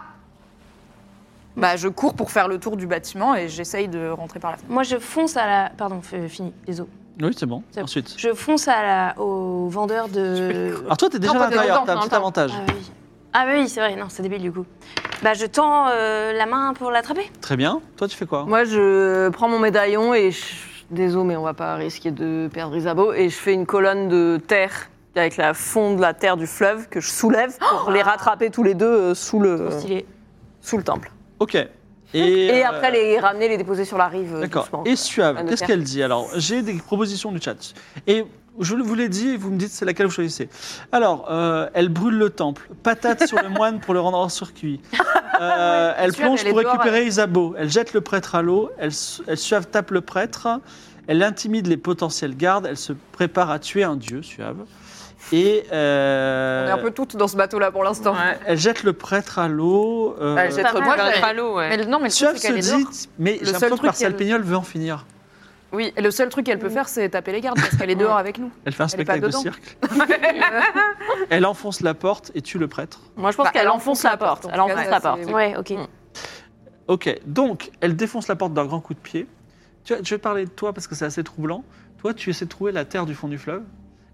Bah, je cours pour faire le tour du bâtiment et j'essaye de rentrer par la fenêtre.
Moi, je fonce à la. Pardon, f- euh, fini, les os.
Oui, c'est bon.
C'est bon.
Ensuite.
Je fonce à la... au vendeur de.
Alors toi, t'es déjà
Non,
à
toi, t'es
l'intérieur,
dedans,
t'as un
t'es
petit
dedans.
avantage.
Ah oui. Ah bah oui, c'est vrai, non, c'est débile du coup. Bah, je tends euh, la main pour l'attraper.
Très bien. Toi, tu fais quoi
Moi, je prends mon médaillon et je... Désolé, mais on va pas risquer de perdre Isabeau. Et je fais une colonne de terre avec la fonte de la terre du fleuve que je soulève pour les rattraper tous les deux euh, sous le,
Stylé.
sous le temple.
Ok. Et,
Et
euh,
après, les ramener, les déposer sur la rive. euh,
D'accord.
doucement.
Et Suave,
Anne de
qu'est-ce
Terre.
qu'elle dit Alors, j'ai des propositions du chat. Et je vous l'ai dit, et vous me dites c'est laquelle vous choisissez. Alors, euh, elle brûle le temple. Patate sur le moine pour le rendre hors circuit. Euh, elle
Suave,
plonge
elle est
pour
dehors,
récupérer Isabeau. Elle jette le prêtre à l'eau. Elle, su- elle Suave tape le prêtre. Elle intimide les potentiels gardes. Elle se prépare à tuer un dieu, Suave. Et euh,
On est un peu toutes dans ce bateau-là pour l'instant.
Ouais. Ah,
elle jette le prêtre à l'eau. euh,
Elle jette
Peut-être
Moi,
pas
j'avais-
vers l'eau, ouais.
Mais le- non, mais le truc,
Suave
c'est
se
qu'elle est dehors.
dit, mais j'ai
seul
l'impression que
truc
Marcel
qu'elle-
Pignol veut en finir.
Oui, et le seul truc qu'elle peut faire, c'est taper les gardes parce qu'elle est dehors avec nous.
Elle fait un
Elle est pas
spectacle de
dedans.
cirque. elle enfonce la porte et tue le prêtre.
Moi, je pense
Bah,
qu'elle enfonce la porte. Elle
en tout cas,
enfonce
ça,
la porte.
c'est- oui.
Ouais, ok.
Ok, donc elle défonce la porte d'un grand coup de pied. Tu vois, je vais parler de toi parce que c'est assez troublant. Toi, tu essaies de trouver la terre du fond du fleuve.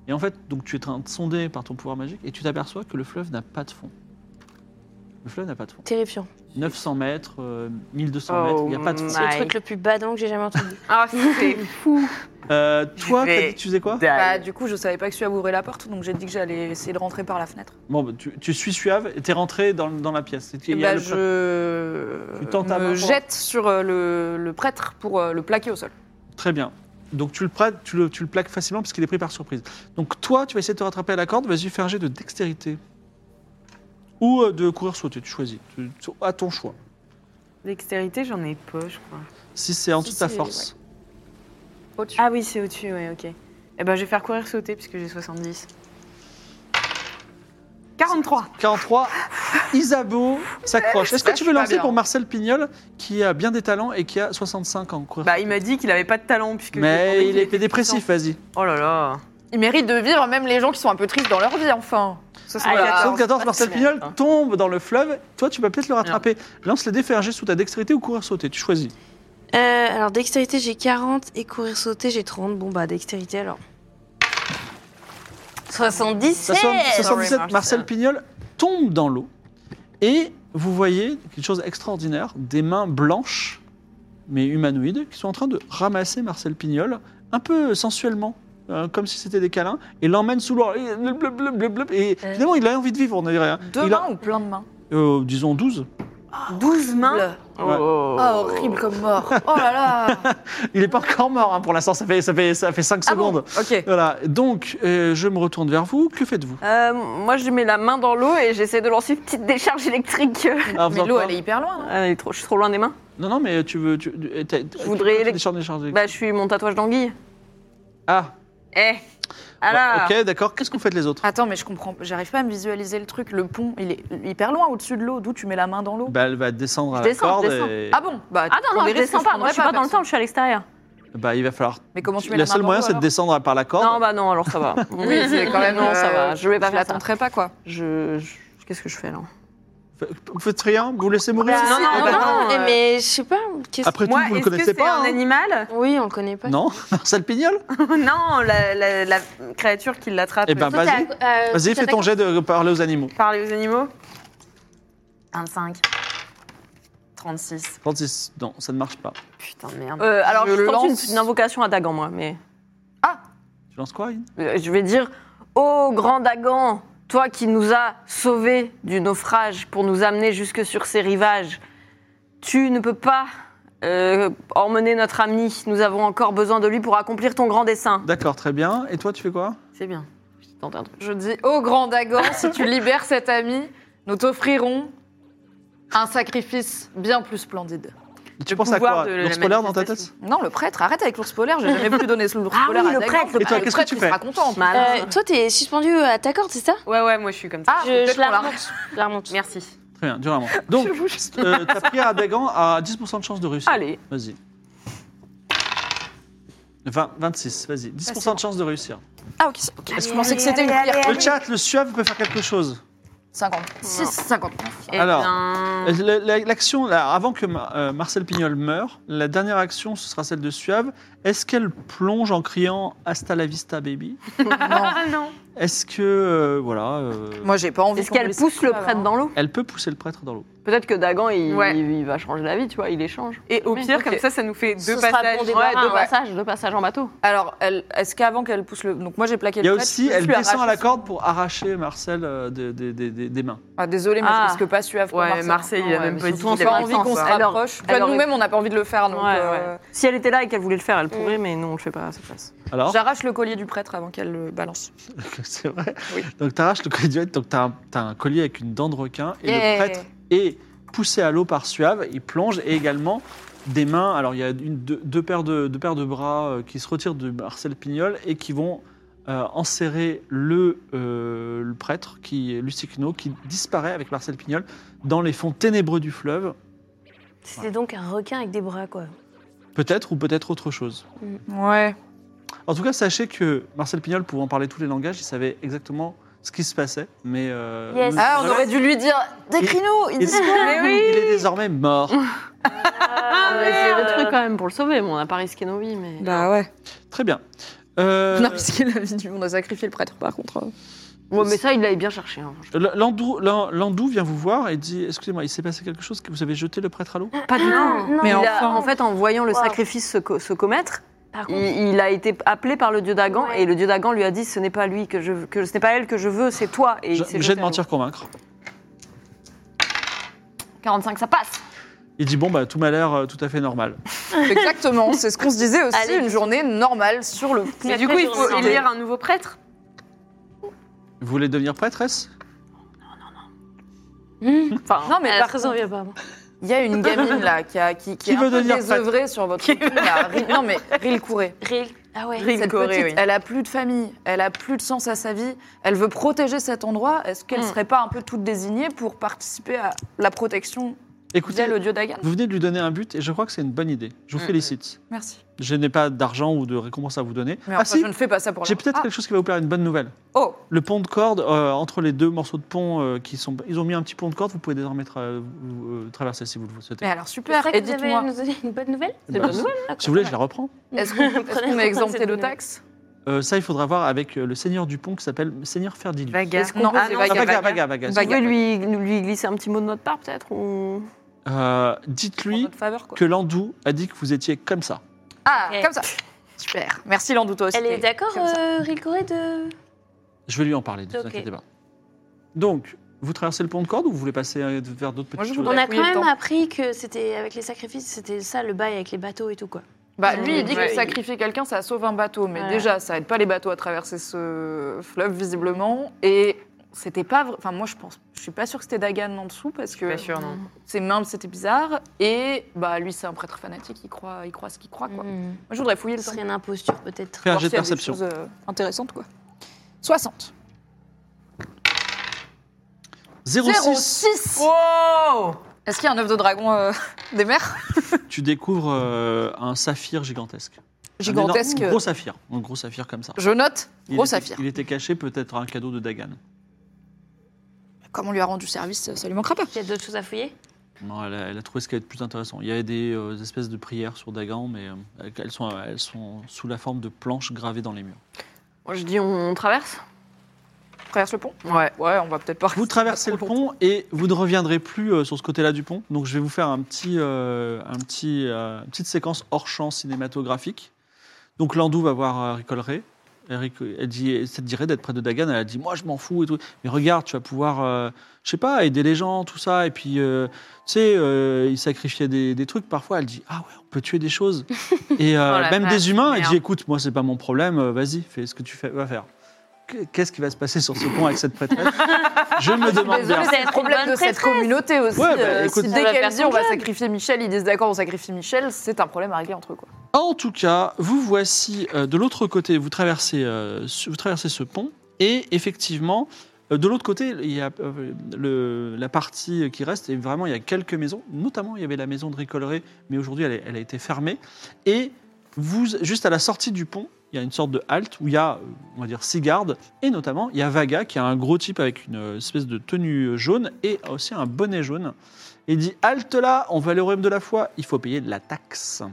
Et en fait, donc tu es en train de sonder par ton pouvoir magique et tu t'aperçois que le fleuve n'a pas de fond. Le fleuve n'a pas de fond.
Terrifiant.
900 mètres, euh, 1200
Oh
mètres, il n'y a pas de fond.
my-
Le truc le plus badant que j'ai jamais entendu.
Ah, c'est fou.
Euh, toi,
Je vais-
t'as dit que tu faisais quoi
Bah, du coup, je savais pas que Suave ouvrait la porte, donc j'ai dit que j'allais essayer de rentrer par la fenêtre.
Bon, bah, tu, tu suis suave et t'es rentré dans, dans la pièce. Et
Et
il y a
bah,
le prêtre.
je
Tu tentes un
me
rapport.
jette sur euh, le, le prêtre pour euh, le plaquer au sol.
Très bien. Donc tu le, prêtes- tu le, tu le plaques facilement parce qu'il est pris par surprise. Donc toi, tu vas essayer de te rattraper à la corde, vas-y, fais un jet de dextérité. Ou euh, de courir sauter, tu choisis, Tu- tu- à ton choix.
Dextérité, j'en ai pas, je crois.
Si c'est en dessous de ta
c'est-
force.
Ah oui, c'est au-dessus, ouais, ok. Eh ben, je vais faire courir sauter puisque j'ai 70. 43
43, Isabeau s'accroche. Est-ce que tu veux
pas
lancer
bien.
pour Marcel Pignol, qui a bien des talents et qui a 65 ans courir
Bah, il m'a dit qu'il avait pas de talent puisque. j'ai
Mais
compris
il
qu'il
est dépressif, vas-y.
puissant. Oh là là.
Il mérite de vivre, même les gens qui sont un peu tristes dans leur vie, enfin. Ça, c'est
Ah,
pas-
74, Marcel Pignol
hein.
tombe dans le fleuve. Toi, tu vas peut-être le rattraper. Lance les dés, fais un jet sous ta dextérité ou courir sauter, tu choisis.
Euh, alors, dextérité, j'ai 40 et courir sauter, j'ai 30. Bon, bah, dextérité alors. 77
77,
Marcel.
Marcel Pignol tombe dans l'eau et vous voyez quelque chose d'extraordinaire, des mains blanches mais humanoïdes qui sont en train de ramasser Marcel Pignol un peu sensuellement. euh, comme si c'était des câlins, et l'emmènent sous l'eau. Et, blub, blub, blub, blub, blub. Et
Euh.
finalement, il a envie de vivre, on dirait. hein.
Deux
Il
mains
a,
ou plein de mains
euh, disons 12.
12 mains.
Oh, horrible comme mort. Oh là là.
Il n'est pas encore mort hein, pour l'instant, ça fait, ça, fait, ça fait 5
Ah bon
secondes.
Ok.
Voilà, donc euh, je me retourne vers vous. Que faites-vous
Euh, moi, je mets la main dans l'eau et j'essaie de lancer une petite décharge électrique.
Ah, vous
Mais l'eau,
encore
elle est hyper loin. hein.
Ah, elle est trop- je suis trop loin des mains.
Non, non, mais tu veux. Tu, tu- t'as- tu
voudrais
tu- tu
élec-
décharges- décharges-
Bah, je suis mon tatouage d'anguille.
Ah,
Eh
Bah,
Alors
ok, d'accord. Qu'est-ce qu'on fait les autres
Attends, mais je comprends. J'arrive pas à me visualiser le truc. Le pont, il est hyper loin au-dessus de l'eau. D'où tu mets la main dans l'eau
bah, Elle va descendre à
Je
la
descends,
corde
je descends.
et
Ah bon Bah,
Ah non,
on
non, je
verrait ce que
descends pas.
prendrais
Moi, je suis pas dans le
perso.
temple, je suis à l'extérieur.
bah, il va falloir.
Mais comment tu mets
Le
la main
seul
dans
moyen,
l'eau,
c'est de
alors
descendre par la corde.
Non, bah non, alors ça va.
Oui, c'est quand même.
Non, ça va. euh, Je vais pas
je
faire ça.
l'attendrai pas, quoi.
Je... je- Qu'est-ce que je fais là
F- Vous faites rien Vous laissez mourir
Bah,
non, non,
Ah,
non,
non,
euh,
mais je sais pas. qu'est-ce-
Après
Moi,
tout, vous ne
est-ce que
connaissez
c'est
pas.
un
hein.
animal
Oui, on le connaît pas.
Non Marcel Pignol
Non, la, la- la créature qui l'attrape.
Eh ben,
Toi,
vas-y.
t'as-
Vas-y,
euh, t'as
fais ton
d'accord.
jet de parler aux animaux.
Parler aux animaux 25. 36.
36. Non, ça ne marche pas.
Putain de merde.
Euh, Alors,
Je
je, tente
lance-
une, une invocation à Dagan, moi, mais.
Tu lances quoi, Yin
Euh, Je vais dire Ô grand Dagan, toi qui nous as sauvés du naufrage pour nous amener jusque sur ces rivages, tu ne peux pas euh, emmener notre ami. Nous avons encore besoin de lui pour accomplir ton grand dessein.
D'accord, très bien. Et toi, tu fais quoi
C'est bien. Je tente un truc.
Je dis au grand Dagon, si tu libères cet ami, nous t'offrirons un sacrifice bien plus splendide.
Tu
Le
penses à quoi
pouvoir de la
L'ours polaire dans ta tête
manifestation.
Non, le prêtre, arrête avec l'ours polaire, j'ai jamais voulu donner ce l'ours
Ah
polaire
oui,
à
le
Dagon.
prêtre.
Bah,
Et toi,
le
qu'est-ce que
prêtre,
tu
il
fais
sera content. en plus.
Malin.
Euh, toi, t'es suspendu à ta corde, c'est ça
Ouais, ouais, moi je suis comme ça.
Ah,
je,
peut-être
je la
qu'on la
remonte. Je la remonte.
Merci.
Très bien, durement. Donc, euh, ta prière à Dagan a 10% de chance de réussir.
Allez.
Vas-y. 20, 26, vas-y. 10% de chance de réussir.
Ah, ok. ok.
Allez,
je pensais
allez,
que c'était une
allez,
cuillère.
allez,
Le chat, le suave peut faire quelque chose.
50. 6, 59.
Eh
Alors,
bien,
Euh, La- la- L'action, là, avant que Mar- euh, Marcel Pignol meure, la dernière action, ce sera celle de Suave. Est-ce qu'elle plonge en criant Hasta la vista, baby
Ah non
Est-ce que, euh, voilà, euh,
Moi, j'ai pas envie
Est-ce qu'elle pousse le prêtre dans l'eau
elle peut pousser le prêtre dans l'eau
Peut-être que Dagan, il,
Ouais.
il- il va changer d'avis, tu vois, il échange.
Et au
Oui,
pire,
ok.
comme ça, ça nous fait
Ce
deux
sera
passages.
bon débarras,
Ah, Ouais, deux
Deux
passages.
passages, deux passages en bateau.
Alors, elle- est-ce qu'avant qu'elle pousse le. Donc, moi, j'ai plaqué
Il y a
le prêtre,
aussi,
je
elle
lui
descend à
arrache
la corde pour arracher Marcel euh, des- des- des- des- des mains.
son- Ah, désolé, mais
Ah.
je risque pas suave. pour
Ouais,
Marseille.
Marseille, il a
Non,
même
ouais,
pas
mais
dit
surtout,
qu'il
On a
avait
pas envie qu'on se
le temps,
quoi. Alors,
rapproche. Enfin,
elle aurait-
Nous-mêmes, on n'a pas envie de le faire. Donc,
Ouais, ouais.
euh,
Si elle était là et qu'elle voulait le faire, elle pourrait, mais non, on le fait pas à sa place.
Alors,
j'arrache le collier du prêtre avant qu'elle le balance.
c'est vrai.
Oui.
Donc, t'arraches le collier du maître, donc t'as un, t'as un collier avec une dent de requin, et
Yeah.
le prêtre est poussé à l'eau par Suave, il plonge, et également des mains. Alors, il y a une, deux, deux paires de, deux paires de bras euh, qui se retirent de Marcel Pignol et qui vont euh, enserrer le, euh, le prêtre, qui est Lucicno, qui disparaît avec Marcel Pignol dans les fonds ténébreux du fleuve,
C'était donc un requin avec des bras, quoi.
peut-être ou peut-être autre chose.
Ouais.
En tout cas, sachez que Marcel Pignol pouvait en parler tous les langages, il savait exactement ce qui se passait, mais... euh,
Yes.
le-
Ah, on
voilà.
aurait dû lui dire décris-nous il
Il-
dit-
Il est désormais mort.
on a essayé des trucs quand même pour Ah, le sauver, mais on n'a pas risqué nos vies. Mais...
Bah ouais.
Très bien. Euh,
On a risqué la vie du. On a sacrifié le prêtre, par contre. hein.
Ouais, mais ça, il l'avait bien cherché. hein.
L- Landou, Lan- Landou vient vous voir et dit Excusez-moi, il s'est passé quelque chose que vous avez jeté le prêtre à l'eau
Pas du tout.
non,
Mais
Il a-
enfin.
en fait, en voyant le
Wow.
sacrifice se, co- se commettre,
Par
il,
contre,
il a été appelé par le dieu Dagan
Ouais.
et le dieu Dagan lui a dit ce n'est pas lui que je veux- que ce n'est pas elle que je veux, c'est toi. Et il
Je-
s'est
J'ai
jeté
de
à l'eau.
mentir convaincre.
45, ça passe.
Il dit Bon, bah, tout m'a l'air euh, tout à fait normal.
Exactement, c'est ce qu'on se disait aussi,
Allez.
une journée normale sur le
Mais
Après,
du coup, il faut
journée.
élire un nouveau prêtre.
Vous voulez devenir prêtresse
Mmh.
Enfin,
Non, mais
elle a
par
très
contre,
envie, apparemment.
il y a une gamine là qui, a, qui,
Qui
est
veut
un peu
devenir
désœuvrée sur votre. Là, Ri- non, mais Ril Couré.
Réel. Ah ouais.
Ril
Cette
Couré,
petite,
oui.
elle a plus de famille, elle a plus de sens à sa vie, elle veut protéger cet endroit. Est-ce qu'elle
Hmm.
serait pas un peu toute désignée pour participer à la protection
Écoutez,
via le dieu Dagan
vous venez de lui donner un but et je crois que c'est une bonne idée. Je vous
Mm.
félicite.
Merci.
Je n'ai pas d'argent ou de récompense à vous donner.
Mais
ah,
enfin,
si,
je ne fais pas ça pour
j'ai
l'argent.
peut-être
Ah,
quelque chose qui va vous plaire, une bonne nouvelle.
Oh,
Le pont de corde, euh, entre les deux morceaux de pont, euh, qui sont, ils ont mis un petit pont de corde, vous pouvez désormais tra- vous- euh, traverser si vous le souhaitez.
mais alors super.
J'espère
Et
que vous avez
dites-moi,
nous donné une bonne nouvelle.
Bah,
bonne
si-
nouvelle.
hein,
si vous voulez, je la reprends.
est-ce qu'on est-ce
Prenez-
qu'on est exempté
cette
de
bonne nouvelle.
taxes
Euh, ça, il faudra voir avec euh, le seigneur du pont qui s'appelle Seigneur Ferdilu.
Vaga.
Est-ce qu'on peut-
Ah non,
Vaga,
c'est
Vaga,
Vaga.
Vaga, Vaga.
Vous pouvez lui, nous- Bah, lui glisser un petit mot de notre part, peut-être ou...
Euh,
En
Dites-lui
notre faveur, quoi.
que Landou a dit que vous étiez comme ça.
Ah,
Ok.
comme ça. Super. Merci Landou, toi aussi.
Elle est d'accord,
Comme ça.
euh, Ricoré, de.
Je vais lui en parler, ne vous
Ok.
inquiétez pas. Donc, vous traversez le pont de corde ou vous voulez passer euh, vers d'autres
Moi,
petites
je
choses
voudrais-
On a
fouiller
quand même
le temple.
appris que c'était avec les sacrifices, c'était ça le bail avec les bateaux et tout, quoi.
Bah, lui, il dit
Ouais,
que
il-
sacrifier quelqu'un, ça sauve un bateau. Mais
Voilà.
déjà, ça aide pas les bateaux à traverser ce fleuve, visiblement. Et c'était pas. vrai- Enfin, moi, je pense. Je suis pas sûre que c'était Dagan en dessous, parce que
Bien sûr, non.
ses mains, c'était bizarre. Et bah, lui, c'est un prêtre fanatique. Il croit, il croit ce qu'il croit, quoi. Moi,
Mmh.
je voudrais fouiller le
Ce
temps.
serait une imposture, peut-être.
Fais un
voir
jet de
s'il y a des
perception.
choses euh, intéressantes, quoi. 60.
06,
06
Wow
Est-ce qu'il y a un œuf de dragon euh, des mers
tu découvres euh, un saphir gigantesque. Un
Gigantesque.
énorme- Ah, gros saphir. Un gros saphir comme ça.
Je note.
Il
Gros
était-
saphir.
Il était caché peut-être à un cadeau de Dagan.
Comme on lui a rendu service, euh, ça lui manquera pas.
Il y a d'autres choses à fouiller
Non, elle a, elle a trouvé ce qui est le plus intéressant. Il y a des euh, espèces de prières sur Dagan, mais euh, elles, sont, elles sont sous la forme de planches gravées dans les murs.
Moi, Je dis, on, on traverse
Traverse le pont
Ouais.
Ouais, on va peut-être pas.
Vous traversez le pont et vous ne reviendrez plus euh, sur ce côté-là du pont. Donc je vais vous faire un petit, euh, un petit, euh, une petite séquence hors champ cinématographique. Donc Landou va voir euh, Ricoleret. Eric, euh, elle dit, ça te dirait d'être près de Dagan Elle a dit, moi je m'en fous et tout. Mais regarde, tu vas pouvoir, euh, je sais pas, aider les gens, tout ça. Et puis, euh, tu sais, euh, il sacrifiait des, des trucs. Parfois, elle dit, ah ouais, on peut tuer des choses. Et euh,
Oh la
même
vache,
des humains. Elle
merde.
dit, écoute, moi c'est pas mon problème. euh, Vas-y, fais ce que tu fais, vas faire. Que- Qu'est-ce qui va se passer sur ce pont avec cette prêtresse Je me demande bien.
Désolé, c'est le problème de cette communauté aussi.
Ouais, bah,
euh,
écoute-
si
Elle
dès
va
qu'elle
faire
dit
son
on va
job.
sacrifier Michel, ils disent d'accord, on sacrifie Michel, c'est un problème à régler entre eux. Quoi.
En tout cas, vous voici euh, de l'autre côté, vous traversez, euh, ce- vous traversez ce pont, et effectivement, euh, de l'autre côté, il y a euh, le- la partie qui reste, et vraiment, il y a quelques maisons, notamment il y avait la maison de Ricoleret, mais aujourd'hui, elle, est- elle a été fermée, et Vous, juste à la sortie du pont, il y a une sorte de halte où il y a, euh, on va dire, six gardes, et notamment, il y a Vaga, qui a un gros type avec une euh, espèce de tenue jaune et aussi un bonnet jaune. Et il dit Halte là, on va aller au royaume de la foi, il faut payer de la taxe.